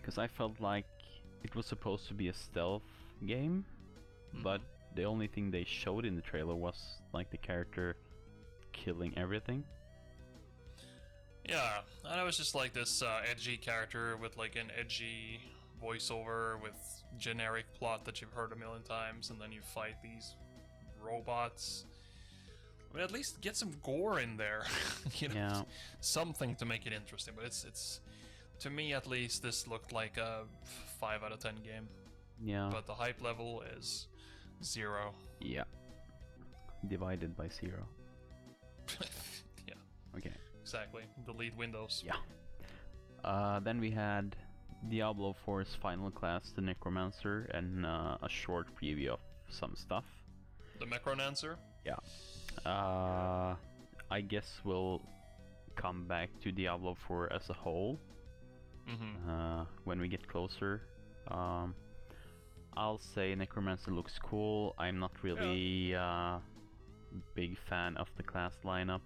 S3: 'cause I felt like it was supposed to be a stealth game, but the only thing they showed in the trailer was like the character killing everything.
S2: Yeah, and I was just like this uh, edgy character with like an edgy voiceover with generic plot that you've heard a million times, and then you fight these robots. I mean, at least get some gore in there, you know,
S3: Yeah.
S2: something to make it interesting. But it's it's to me at least this looked like a five out of ten game,
S3: Yeah.
S2: but the hype level is zero.
S3: yeah. Divided by zero.
S2: yeah,
S3: Okay.
S2: exactly. Delete Windows.
S3: Yeah. Uh, then we had Diablo 4's final class, the Necromancer, and uh, a short preview of some stuff.
S2: The Mecronancer.
S3: Uh, I guess we'll come back to Diablo 4 as a whole
S2: Mm-hmm.
S3: uh, when we get closer. Um, I'll say Necromancer looks cool. I'm not really uh, big fan of the class lineup.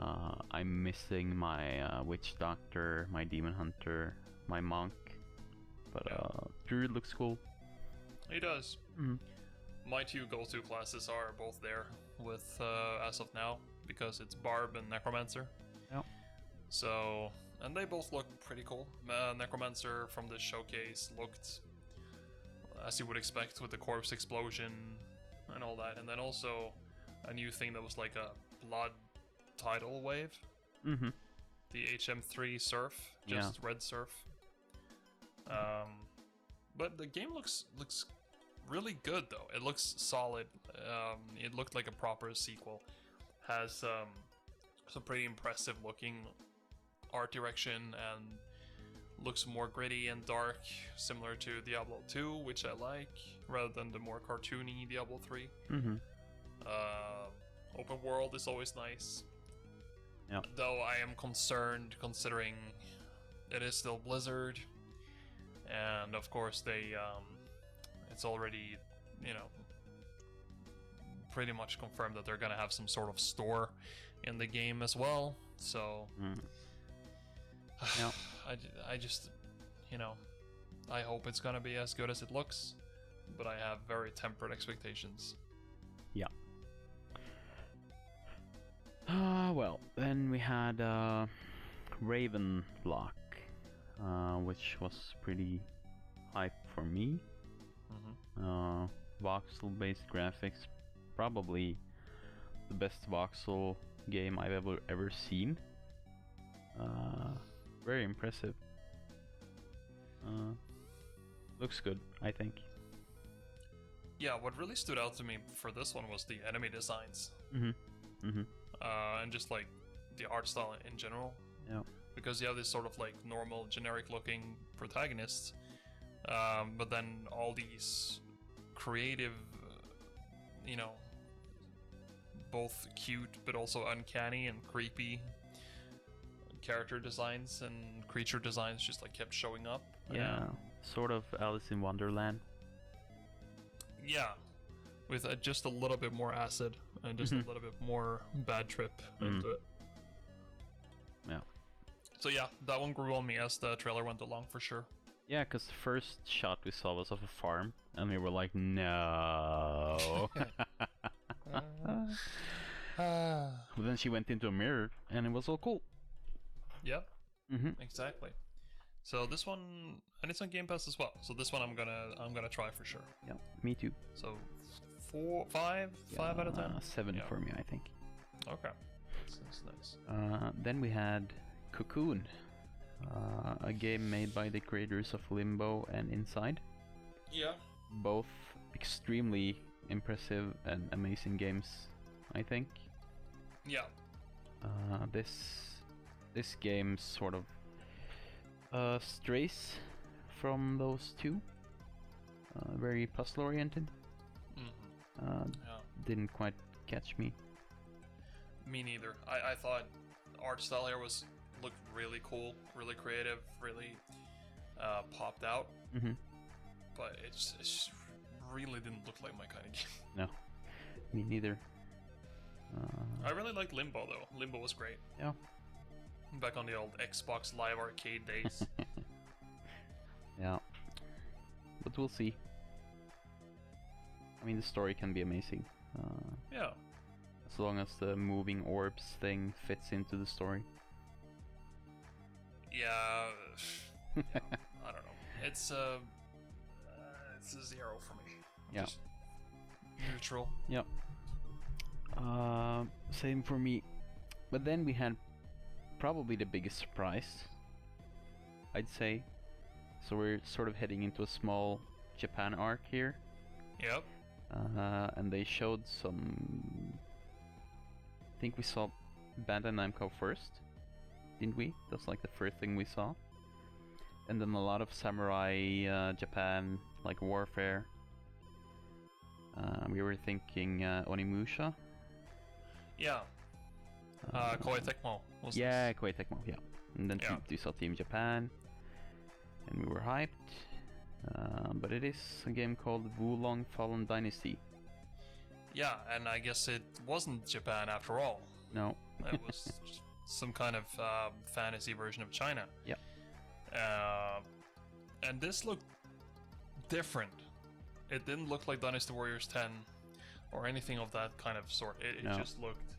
S3: Uh, I'm missing my uh, Witch Doctor, my Demon Hunter, my Monk. But
S2: Yeah.
S3: uh, Druid looks cool.
S2: He does.
S3: Mhm.
S2: My two go-to classes are both there with uh, as of now because it's Barb and Necromancer.
S3: Yep.
S2: So, and they both look pretty cool. Uh, Necromancer from the showcase looked as you would expect with the corpse explosion and all that, and then also a new thing that was like a blood tidal wave,
S3: Mm-hmm.
S2: the HM3 surf,
S3: Yeah.
S2: just red surf. Um, but the game looks looks really good though. It looks solid. Um, it looked like a proper sequel. Has um, some pretty impressive looking art direction and looks more gritty and dark, similar to Diablo 2, which I like, rather than the more cartoony Diablo 3.
S3: Mm-hmm.
S2: Uh, open world is always nice.
S3: Yeah.
S2: Though I am concerned, considering it is still Blizzard, and of course they, um, it's already, you know, pretty much confirmed that they're gonna have some sort of store in the game as well. So
S3: Mm.
S2: I, ju- I just you know, I hope it's gonna be as good as it looks, but I have very tempered expectations.
S3: Ah, well, then we had uh, Ravenlock, uh, which was pretty hype for me.
S2: Mm-hmm.
S3: Uh, voxel based graphics, probably the best voxel game I've ever ever seen. Uh, very impressive. Uh, looks good, I think.
S2: Yeah, what really stood out to me for this one was the enemy designs.
S3: Mm-hmm. Mm-hmm.
S2: uh, and just like the art style in general.
S3: Yeah.
S2: Because you have this sort of like normal, generic looking protagonist, um, but then all these creative, uh, you know, both cute but also uncanny and creepy character designs and creature designs just like kept showing up.
S3: Yeah, sort of Alice in Wonderland.
S2: Yeah, with uh, just a little bit more acid and just
S3: Mhm.
S2: a little bit more bad trip
S3: Mm.
S2: into it.
S3: Yeah.
S2: So yeah, that one grew on me as the trailer went along for sure.
S3: Yeah, because the first shot we saw was of a farm, and we were like, no. But then she went into a mirror, and it was all cool.
S2: yeah,
S3: Mm-hmm.
S2: exactly. So this one, and it's on Game Pass as well. So this one I'm gonna I'm gonna try for sure.
S3: Yeah, me too.
S2: So four, five, five out of ten.
S3: Uh, seven
S2: Yeah.
S3: for me, I think.
S2: Okay, that's nice.
S3: Uh, then we had Cocoon, uh, a game made by the creators of Limbo and Inside.
S2: Yeah.
S3: Both extremely impressive and amazing games, I think.
S2: Yeah.
S3: Uh, this this game sort of uh, strays from those two. Uh, very puzzle oriented.
S2: hmm
S3: Uh,
S2: Yeah.
S3: didn't quite catch me.
S2: Me neither. I, I thought art style here was looked really cool, really creative, really uh, popped out,
S3: hmm
S2: but it's, it's just really didn't look like my kind of game.
S3: No, me neither. Uh,
S2: I really liked Limbo though. Limbo was great.
S3: yeah.
S2: Back on the old Xbox Live Arcade days.
S3: Yeah. But we'll see. I mean, the story can be amazing. Uh,
S2: yeah.
S3: as long as the moving orbs thing fits into the story.
S2: Yeah. yeah. I don't know. It's uh, uh, it's a zero for me.
S3: Yeah.
S2: Just neutral.
S3: Yep. Uh, same for me. But then we had probably the biggest surprise, I'd say. So we're sort of heading into a small Japan arc here.
S2: Yep.
S3: Uh, and they showed some. I think we saw Bandai Namco first, didn't we? That's like the first thing we saw. And then a lot of samurai uh, Japan, like warfare. Uh, we were thinking uh, Onimusha.
S2: Yeah. Uh, Koei Tecmo was
S3: yeah, Koei Tecmo, yeah. And then
S2: Yeah.
S3: Team- we saw Team Japan, and we were hyped. Uh, but it is a game called Wulong Fallen Dynasty.
S2: Yeah, and I guess it wasn't Japan after all.
S3: No,
S2: It was just some kind of um, fantasy version of China.
S3: Yep.
S2: Uh, and this looked different. It didn't look like Dynasty Warriors 10 or anything of that kind of sort. It, it
S3: No.
S2: just looked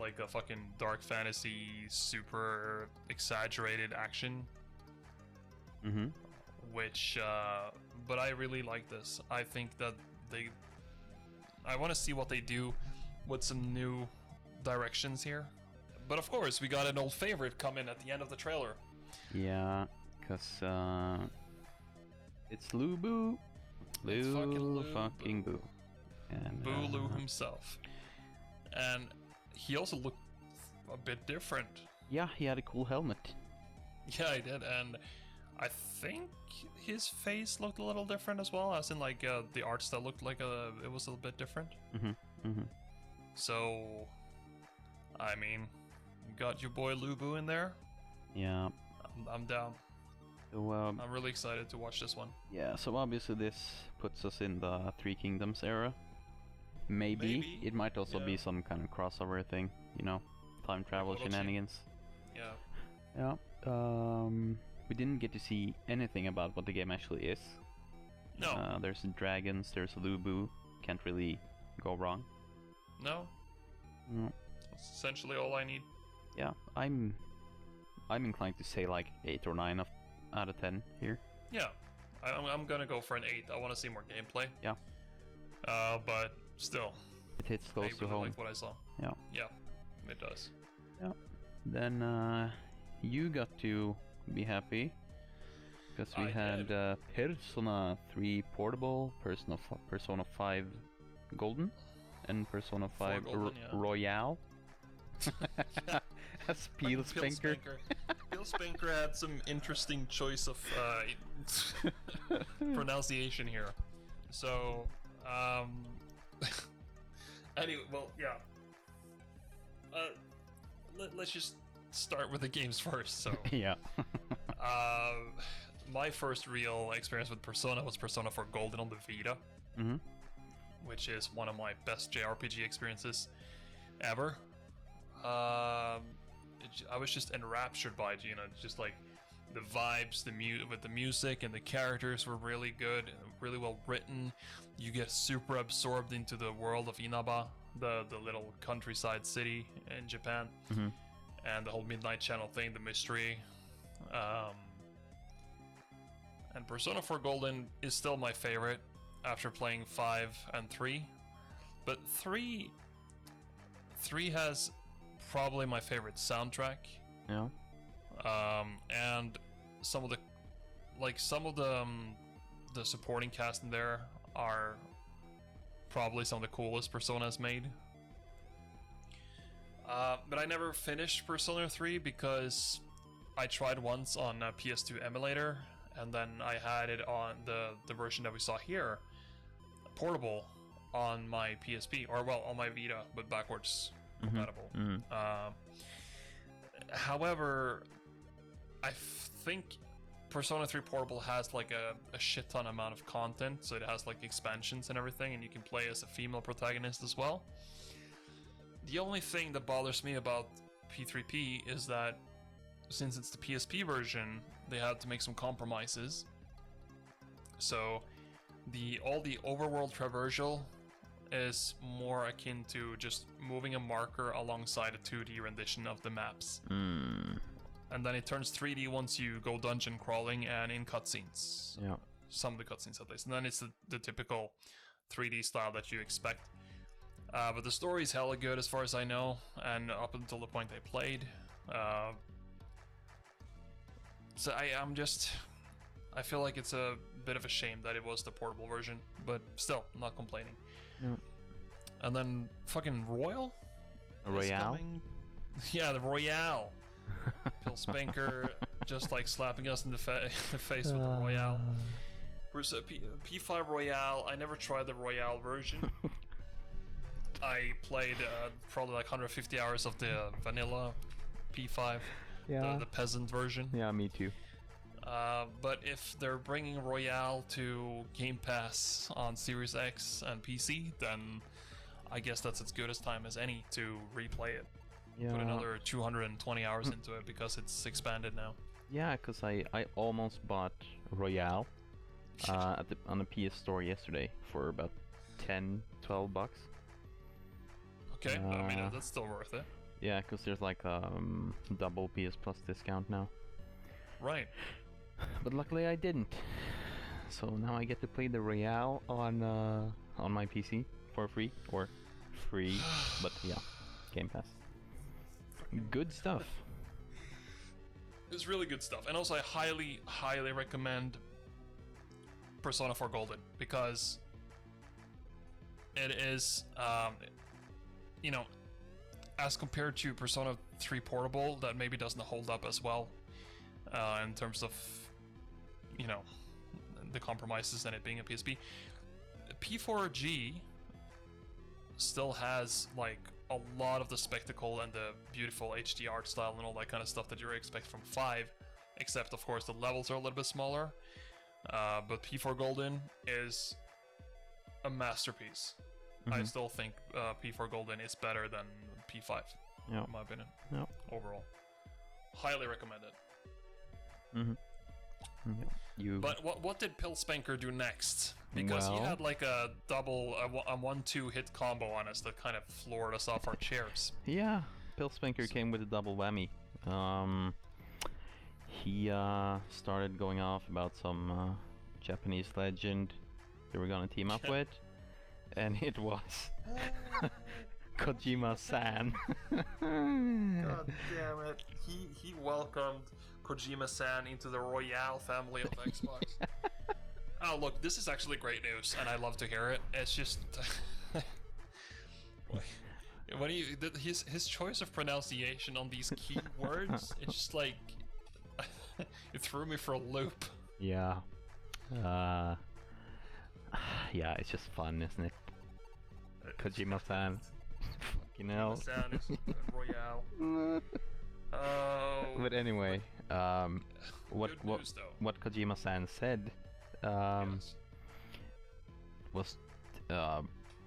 S2: like a fucking dark fantasy, super exaggerated action
S3: mm-hmm.
S2: which uh, but I really like this. I think that they I want to see what they do with some new directions here. But of course, we got an old favorite come in at the end of the trailer.
S3: Yeah, cause uh, it's Lubu.
S2: It's
S3: Lou
S2: fucking
S3: fucking,
S2: Lou
S3: Boo. And, uh,
S2: Bulu himself. And he also looked a bit different.
S3: Yeah, he had a cool helmet.
S2: Yeah, he did. And I think his face looked a little different as well, as in like uh, the art style looked like uh it was a little bit different.
S3: Mm-hmm. Mm-hmm.
S2: So, I mean, you got your boy Lubu in there.
S3: Yeah.
S2: I'm, I'm down.
S3: So um,
S2: I'm really excited to watch this one.
S3: yeah. So obviously this puts us in the Three Kingdoms era. Maybe,
S2: Maybe,
S3: it might also be
S2: yeah.
S3: some kind of crossover thing. You know, time travel
S2: Orochi.
S3: shenanigans.
S2: Yeah.
S3: Yeah. Um, We didn't get to see anything about what the game actually is.
S2: No,
S3: Uh, there's dragons, there's Lubu. Can't really go wrong.
S2: no,
S3: No.
S2: that's essentially all I need.
S3: Mm, Yeah, I'm. I'm inclined to say like eight or nine of, out of ten here.
S2: Yeah, I, I'm, I'm gonna go for an eight. I want to see more gameplay.
S3: Yeah.
S2: Uh, but still,
S3: It hits
S2: I
S3: close to
S2: really
S3: home.
S2: like what I saw.
S3: Yeah.
S2: Yeah, it does.
S3: Then uh, you got to be happy because we
S2: I
S3: had
S2: did.
S3: uh, Persona 3 Portable, Persona f- Persona 5 Golden, and Persona 5 Ro-
S2: Golden, yeah.
S3: Royale. As
S2: Peel
S3: Peel Spinker.
S2: Peel Spanker had some interesting choice of uh, pronunciation here. So, um, anyway, well, yeah. Uh, let, let's just start with the games first. So,
S3: yeah.
S2: uh, my first real experience with Persona was Persona 4 Golden on the Vita
S3: hmm
S2: which is one of my best JRPG experiences ever. Um, it j- I was just enraptured by it, you know, just like the vibes, the mu- with the music and the characters were really good, really well written. You get super absorbed into the world of Inaba, the the little countryside city in Japan,
S3: Mhm.
S2: and the whole Midnight Channel thing, the mystery. Um, and Persona 4 Golden is still my favorite after playing five and three, but three, three has probably my favorite soundtrack,
S3: Yeah.
S2: um, and some of the, like some of the, um, the supporting cast in there are probably some of the coolest personas made. Uh, but I never finished Persona 3 because I tried once on uh, a PS2 emulator, and then I had it on the the version that we saw here, portable, on my PSP or well on my Vita, but backwards compatible.
S3: Mhm.
S2: Um, however, I f- think Persona 3 Portable has like a, a shit ton amount of content, so it has like expansions and everything, and you can play as a female protagonist as well. The only thing that bothers me about P3P is that since it's the PSP version, they had to make some compromises. So the all the overworld traversal is more akin to just moving a marker alongside a 2D rendition of the maps.
S3: mm.
S2: And then it turns 3D once you go dungeon crawling and in cutscenes.
S3: Yeah.
S2: Some of the cutscenes at least. And then it's the, the typical 3D style that you expect. Uh, but the story is hella good as far as I know, and up until the point I played. Uh, so I, I'm just. I feel like it's a bit of a shame that it was the portable version, but still, not complaining.
S3: Yep.
S2: And then fucking Royal? is
S3: Royale.
S2: coming. Yeah, the Royale. Phil Spanker just like slapping us in the, fa- the face with the Royale. Bruce, uh, P- P5 Royale, I never tried the Royale version. I played uh, probably like 150 hours of the vanilla P5, the, the peasant version.
S3: yeah, me too.
S2: Uh, but if they're bringing Royale to Game Pass on Series X and PC, then I guess that's as good as time as any to replay it.
S3: Yeah.
S2: Put another 220 hours
S3: Hmm.
S2: into it because it's expanded now.
S3: Yeah, because I, I almost bought Royale uh, at the, on the PS Store yesterday for about 10, 12 bucks.
S2: Okay, I mean
S3: Uh.
S2: uh, that's still worth it,
S3: Yeah, because there's like um double PS Plus discount now.
S2: right?
S3: But luckily I didn't. So now I get to play the Royale on uh, on my PC for free or free, but yeah, Game Pass. Good stuff.
S2: It's really good stuff. And also, I highly, highly recommend Persona 4 Golden because it is, um, you know, as compared to Persona 3 Portable, that maybe doesn't hold up as well uh, in terms of, you know, the compromises and it being a PSP. P4G still has like a lot of the spectacle and the beautiful HD art style and all that kind of stuff that you would expect from Five, except of course the levels are a little bit smaller. Uh, but P4 Golden is a masterpiece. I
S3: Mhm.
S2: still think uh, P4 Golden is better than P5,
S3: Yeah.
S2: in my opinion.
S3: Yeah.
S2: Overall, highly recommend it.
S3: Mhm.
S4: You
S2: But what what did Pillspanker do next? Because he
S3: Well-
S2: had like a double a, one- a one-two hit combo on us that kind of floored us off our chairs.
S3: Yeah, Pillspanker came with a double whammy. Um, he uh, started going off about some uh, Japanese legend they were gonna team up with, and it was Kojima-san.
S2: God damn it! He he welcomed Kojima-san into the Royale family of Xbox. oh look, this is actually great news, and I love to hear it. It's just when he th- his his choice of pronunciation on these key words, it's just like it threw me for a loop.
S3: yeah. Uh, yeah, it's just fun, isn't it? Kojima-san. Fucking hell.
S2: Sound is Royale. Oh.
S3: But anyway, um, what
S2: Good
S3: what
S2: news, though.
S3: what Kojima-san said um,
S2: yes.
S3: was uh,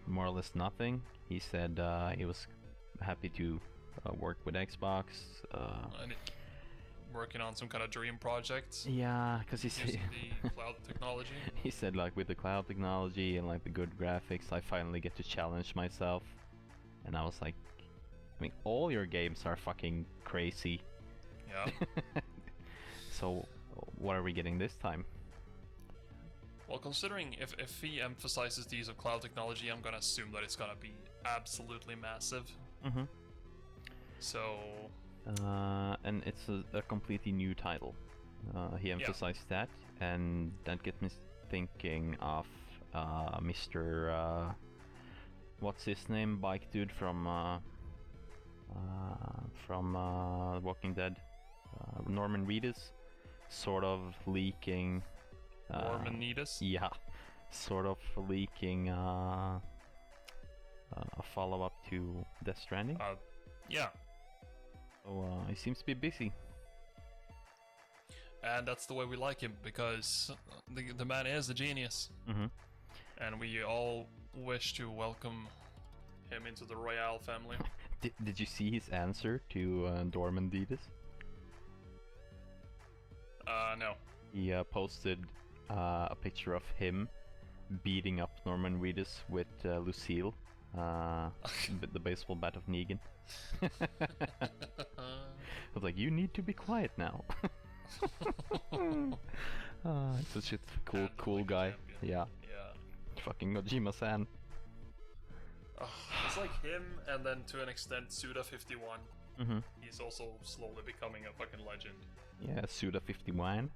S3: more or less nothing. He said uh, he was happy to uh, work with Xbox. Uh,
S2: And it- working on some kind of dream project
S3: yeah, because he said
S2: using the cloud technology.
S3: he said like with the cloud technology and like the good graphics, I finally get to challenge myself. And I was like, I mean, all your games are fucking crazy.
S2: Yeah.
S3: So what are we getting this time?
S2: Well, considering if, if he emphasizes the use of cloud technology, I'm gonna assume that it's gonna be absolutely massive.
S3: Mm-hmm.
S2: So
S3: Uh, and it's a, a completely new title. Uh, he emphasized that, and that gets me thinking of uh, Mr. Uh, what's his name, bike dude from uh, uh, from uh, Walking Dead, uh, Norman Reedus, sort of leaking. Uh,
S2: Norman need us.
S3: yeah, sort of leaking uh, uh, a follow-up to Death Stranding.
S2: Uh, yeah,
S3: so uh, he seems to be busy.
S2: and that's the way we like him because the, the man is a genius,
S3: Mm-hmm.
S2: and we all wish to welcome him into the Royale family.
S3: Did, did you see his answer to uh, Dorman Didis?
S2: Uh, no.
S3: He uh, posted uh, a picture of him beating up Norman Reedus with uh, Lucille, uh, with the baseball bat of Negan. I
S2: Uh,
S3: was like, you need to be quiet now. uh, it's such a cool,
S2: Handle
S3: cool
S2: like a
S3: guy.
S2: champion.
S3: Yeah,
S2: yeah.
S3: fucking Kojima-san.
S2: Ugh, it's like him, and then to an extent, Suda51.
S3: Mhm.
S2: He's also slowly becoming a fucking legend.
S3: Yeah, Suda51.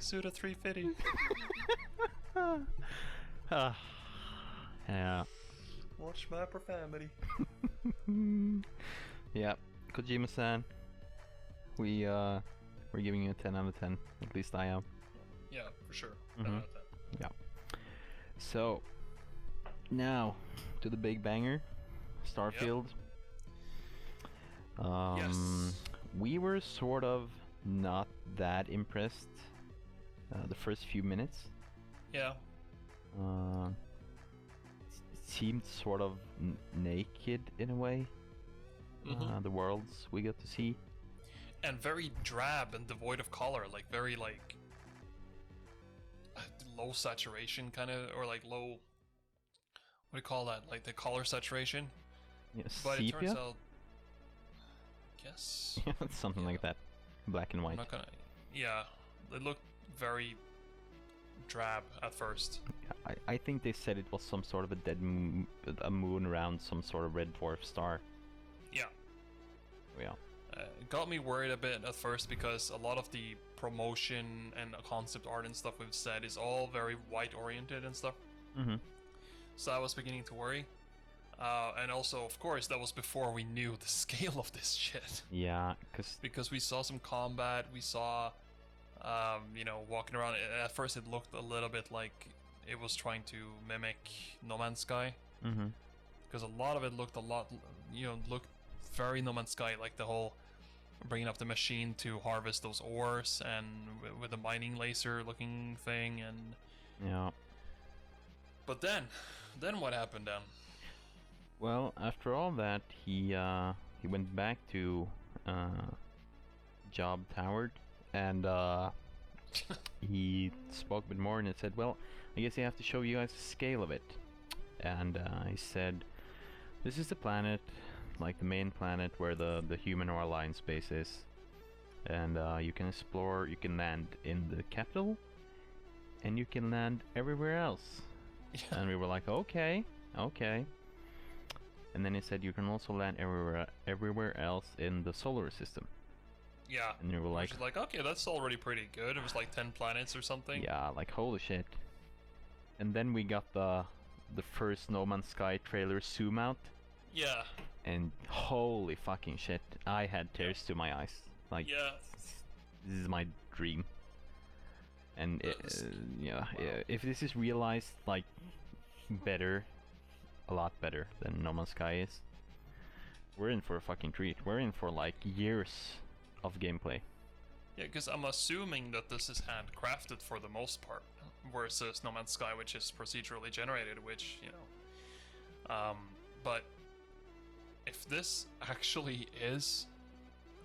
S2: Suda350.
S3: Ah, yeah.
S2: Watch my profanity.
S3: Yeah, Kojima-san. We uh, we're giving you a 10 out of 10. At least I am.
S2: Yeah, for sure.
S3: Mhm. So now to the big banger, Starfield. Um,
S2: Yes.
S3: We were sort of not that impressed uh, the first few minutes.
S2: Yeah.
S3: Uh, s- it seemed sort of n- naked in a way.
S2: Mm-hmm.
S3: Uh, the worlds we got to see.
S2: And very drab and devoid of color, like very like low saturation kind of, or like low. What do you call that? Like the color saturation.
S3: Yeah,
S2: But it turns
S3: sepia?
S2: out. Yes.
S3: Yeah, something like that. Black and
S2: I'm
S3: white.
S2: not gonna. Yeah, it looked very drab at first.
S3: I, I think they said it was some sort of a dead m- a moon around some sort of red dwarf star.
S2: Yeah,
S3: Yeah.
S2: uh, it got me worried a bit at first because a lot of the promotion and concept art and stuff we've said is all very white oriented and stuff.
S3: Mhm.
S2: So I was beginning to worry. Uh, and also, of course, that was before we knew the scale of this shit.
S3: Yeah, because
S2: because we saw some combat. We saw, um, you know, walking around. At- At first, it looked a little bit like it was trying to mimic No Man's Sky,
S3: mm-hmm.
S2: because a lot of it looked a lot, you know, looked very No Man's Sky, like the whole bringing up the machine to harvest those ores and w- with the mining laser looking thing. And
S3: yeah.
S2: but then, then what happened um, then?
S3: Well, after all that, he uh, he went back to uh, job Howard, and uh, he spoke with more and said, "Well, I guess I have to show you guys the scale of it." And uh, he said, "This is the planet, like the main planet where the the human or alien space is, and uh, you can explore. You can land in the capital, and you can land everywhere else." And we were like, "Okay, okay." And then he said, "You can also land everywhere everywhere else in the solar system."
S2: yeah.
S3: And we were like,
S2: Which is like, okay, that's already pretty good. It was like 10 planets or something.
S3: Yeah, like holy shit. And then we got the the first No Man's Sky trailer zoom out,
S2: Yeah.
S3: and holy fucking shit, I had tears to my eyes. Like
S2: Yeah.
S3: this is my dream. And i-
S2: That's-
S3: uh, yeah, i- if this is realized like better, a lot better than No Man's Sky is, we're in for a fucking treat. We're in for like years of gameplay.
S2: Yeah, because I'm assuming that this is handcrafted for the most part, versus No Man's Sky, which is procedurally generated, which, you know. Um, but if this actually is.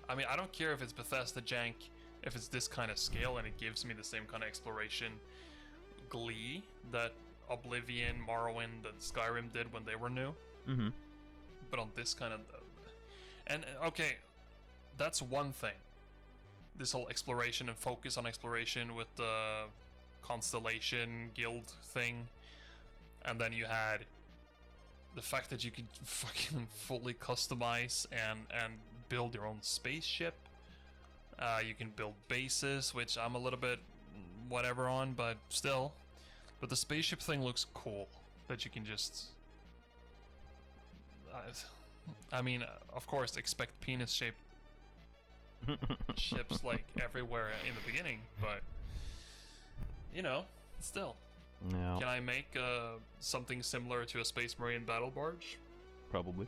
S2: I mean, I don't care if it's Bethesda jank, if it's this kind of scale and it gives me the same kind of exploration glee that Oblivion, Morrowind, and Skyrim did when they were new
S3: Mm-hmm.
S2: but on this kind of and uh, okay that's one thing this whole exploration and focus on exploration with the constellation guild thing and then you had the fact that you could fucking fully customize and and build your own spaceship uh, you can build bases which i'm a little bit whatever on but still but the spaceship thing looks cool that you can just I, I mean, uh, of course, expect penis-shaped ships like everywhere in the beginning, but you know, still,
S3: Yeah,
S2: can I make uh, something similar to a Space Marine battle barge?
S3: probably.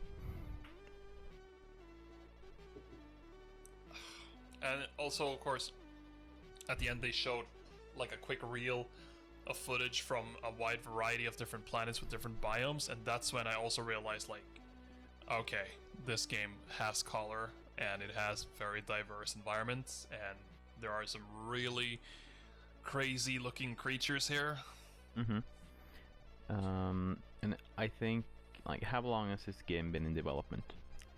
S2: And also, of course, at the end they showed like a quick reel of footage from a wide variety of different planets with different biomes, and that's when I also realized like, okay, this game has color and it has very diverse environments, and there are some really crazy looking creatures here.
S3: Mm-hmm. Um, and I think, like, how long has this game been in development?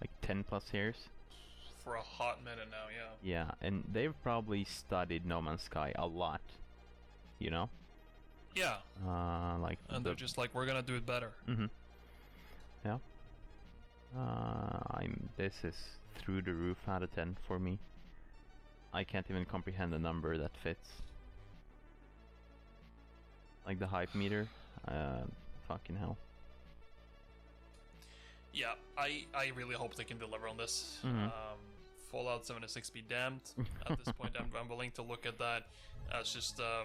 S3: Like 10 plus years?
S2: For a hot minute now, yeah.
S3: Yeah, and they've probably studied No Man's Sky a lot. You know?
S2: Yeah,
S3: Uh, like,
S2: and
S3: the,
S2: they're just like, we're gonna do it better.
S3: Mm-hmm. Yeah. Uh, I'm. This is through the roof out of 10 for me. I can't even comprehend a number that fits. Like the hype meter? Uh, fucking hell.
S2: Yeah, I, I really hope they can deliver on this.
S3: Mhm.
S2: Um, Fallout 76 be damned. At this point, I'm, I'm willing to look at that as just a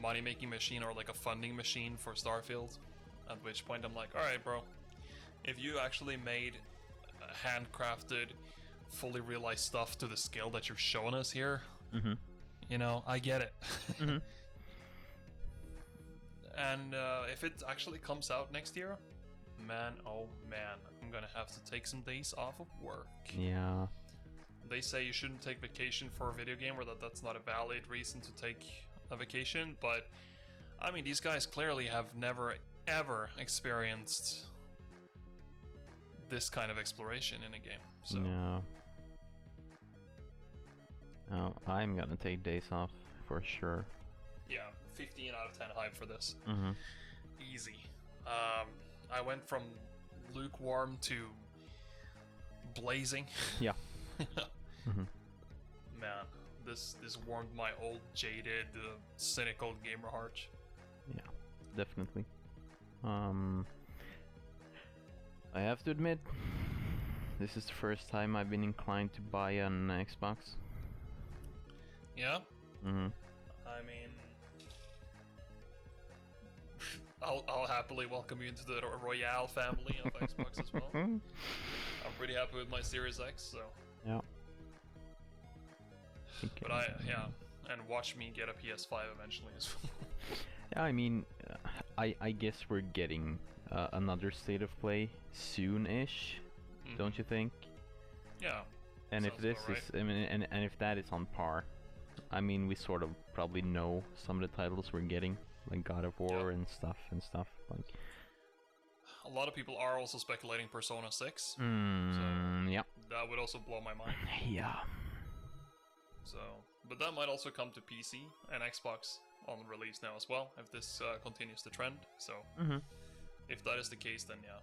S2: money making machine or like a funding machine for Starfield. At which point, I'm like, all right, bro, if you actually made uh, handcrafted, fully realized stuff to the scale that you're showing us here,
S3: Mm-hmm.
S2: you know, I get it.
S3: Mhm.
S2: and uh, if it actually comes out next year, man, oh man, I'm gonna have to take some days off of work.
S3: Yeah.
S2: They say you shouldn't take vacation for a video game, or that that's not a valid reason to take a vacation. But I mean, these guys clearly have never ever experienced this kind of exploration in a game. So
S3: No. Oh, I'm gonna take days off for sure.
S2: yeah, 15 out of 10 hype for this.
S3: Mm-hmm.
S2: easy. Um, I went from lukewarm to blazing.
S3: Yeah. Mhm.
S2: Man, this this warmed my old jaded, uh, cynical gamer heart.
S3: Yeah, definitely. Um, I have to admit, this is the first time I've been inclined to buy an Xbox.
S2: Yeah.
S3: Mm-hmm.
S2: I mean, I'll I'll happily welcome you into the Ro- Royale family of Xbox as well. I'm pretty happy with my Series X, so.
S3: Yeah.
S2: But I yeah, and watch me get a PS5 eventually as well.
S3: Yeah, I mean, uh, I I guess we're getting uh, another state of play soon-ish, don't you think?
S2: Yeah.
S5: And if
S2: Mm-hmm. Sounds
S5: this
S2: about right.
S5: is, I mean, and, and if that is on par, I mean, we sort of probably know some of the titles we're getting, like God of War and stuff and stuff. Like,
S2: A lot of people are also speculating Persona 6.
S5: mm, yeah,
S2: That would also blow my mind.
S5: yeah.
S2: So, but that might also come to PC and Xbox on release now as well if this uh, continues the trend. So,
S5: Mhm.
S2: if that is the case, then yeah.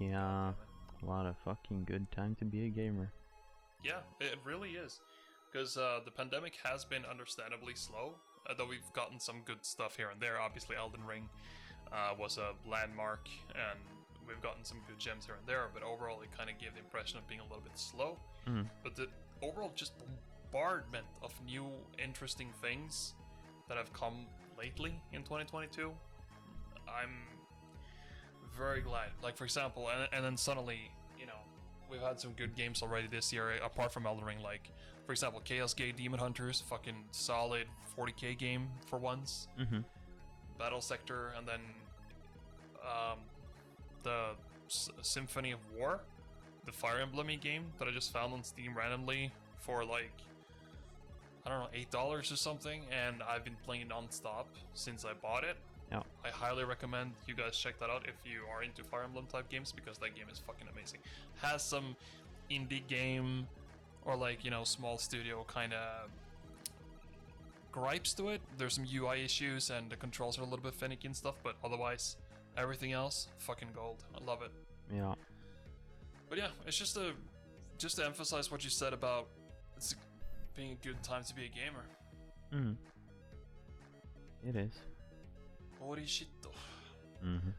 S5: Yeah, what a fucking good time to be a gamer.
S2: Yeah, it really is. Because uh, the pandemic has been understandably slow, uh, though we've gotten some good stuff here and there. Obviously, Elden Ring uh, was a landmark, and we've gotten some good gems here and there, but overall, it kind of gave the impression of being a little bit slow.
S5: Mm.
S2: But the overall just bombardment of new, interesting things that have come lately in 2022, I'm very glad. Like for example, and, and then suddenly, you know, we've had some good games already this year, eh, apart from Elden Ring. Like for example, Chaos Gate Demon Hunters, fucking solid 40k game for once.
S5: Mm-hmm.
S2: Battle Sector, and then um, the S- Symphony of War, the Fire Emblem game that I just found on Steam randomly for like I don't know eight dollars or something, and I've been playing it nonstop since I bought it.
S5: Yeah.
S2: I highly recommend you guys check that out if you are into Fire Emblem type games because that game is fucking amazing. Has some indie game or like you know small studio kind of gripes to it. There's some UI issues and the controls are a little bit finicky and stuff, but otherwise, everything else, fucking gold. I love it.
S5: Yeah.
S2: But yeah, it's just a just to emphasize what you said about it's being a good time to be a gamer.
S5: Mm. It is.
S2: Orishito.
S5: Mm-hmm.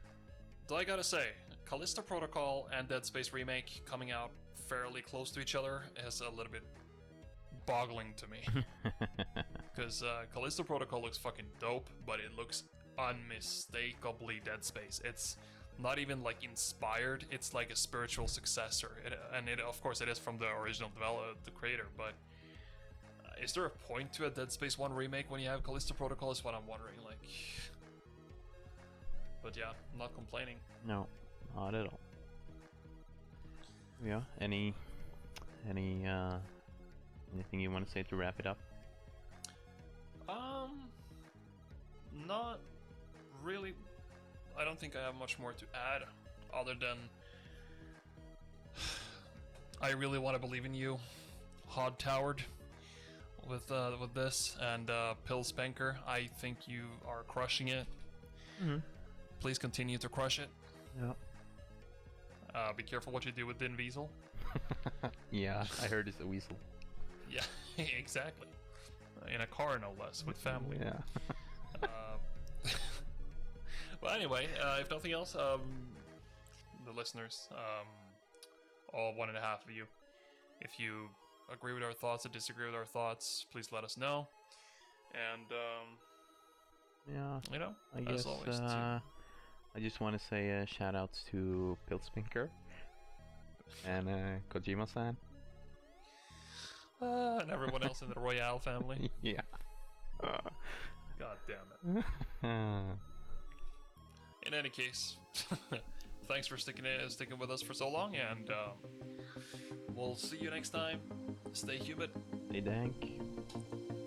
S2: Though I gotta say, Callisto Protocol and Dead Space Remake coming out fairly close to each other is a little bit boggling to me. Because uh, Callisto Protocol looks fucking dope, but it looks unmistakably Dead Space. It's not even like inspired; it's like a spiritual successor, it, and it of course it is from the original developer, the creator. But uh, is there a point to a Dead Space One remake when you have Callisto Protocol? Is what I'm wondering. Like, but yeah, I'm not complaining.
S5: no, not at all. Yeah. Any, any, uh, anything you want to say to wrap it up?
S2: Um, not really. I don't think I have much more to add, other than I really want to believe in you, Hod Towered, with uh, with this and uh, Pill Spanker. I think you are crushing it.
S5: Mhm.
S2: Please continue to crush it.
S5: Yeah.
S2: Uh, be careful what you do with Din Diesel.
S5: Yeah, I heard it's a weasel.
S2: Yeah, exactly. In a car, no less, with family.
S5: Yeah.
S2: Uh, well, anyway, uh, if nothing else, um, the listeners, um, all one and a half of you, if you agree with our thoughts or disagree with our thoughts, please let us know. And um,
S5: Yeah.
S2: you know,
S5: I
S2: as
S5: guess.
S2: always,
S5: uh, I just want to say uh, shout outs to Pilspinker and uh, Kojima san.
S2: to- uh, and everyone else in the Royale family.
S5: yeah.
S1: God damn it.
S5: Uh,
S2: In any case, thanks for sticking it, sticking with us for so long, and um, we'll see you next time. Stay humid.
S5: hey, Dank.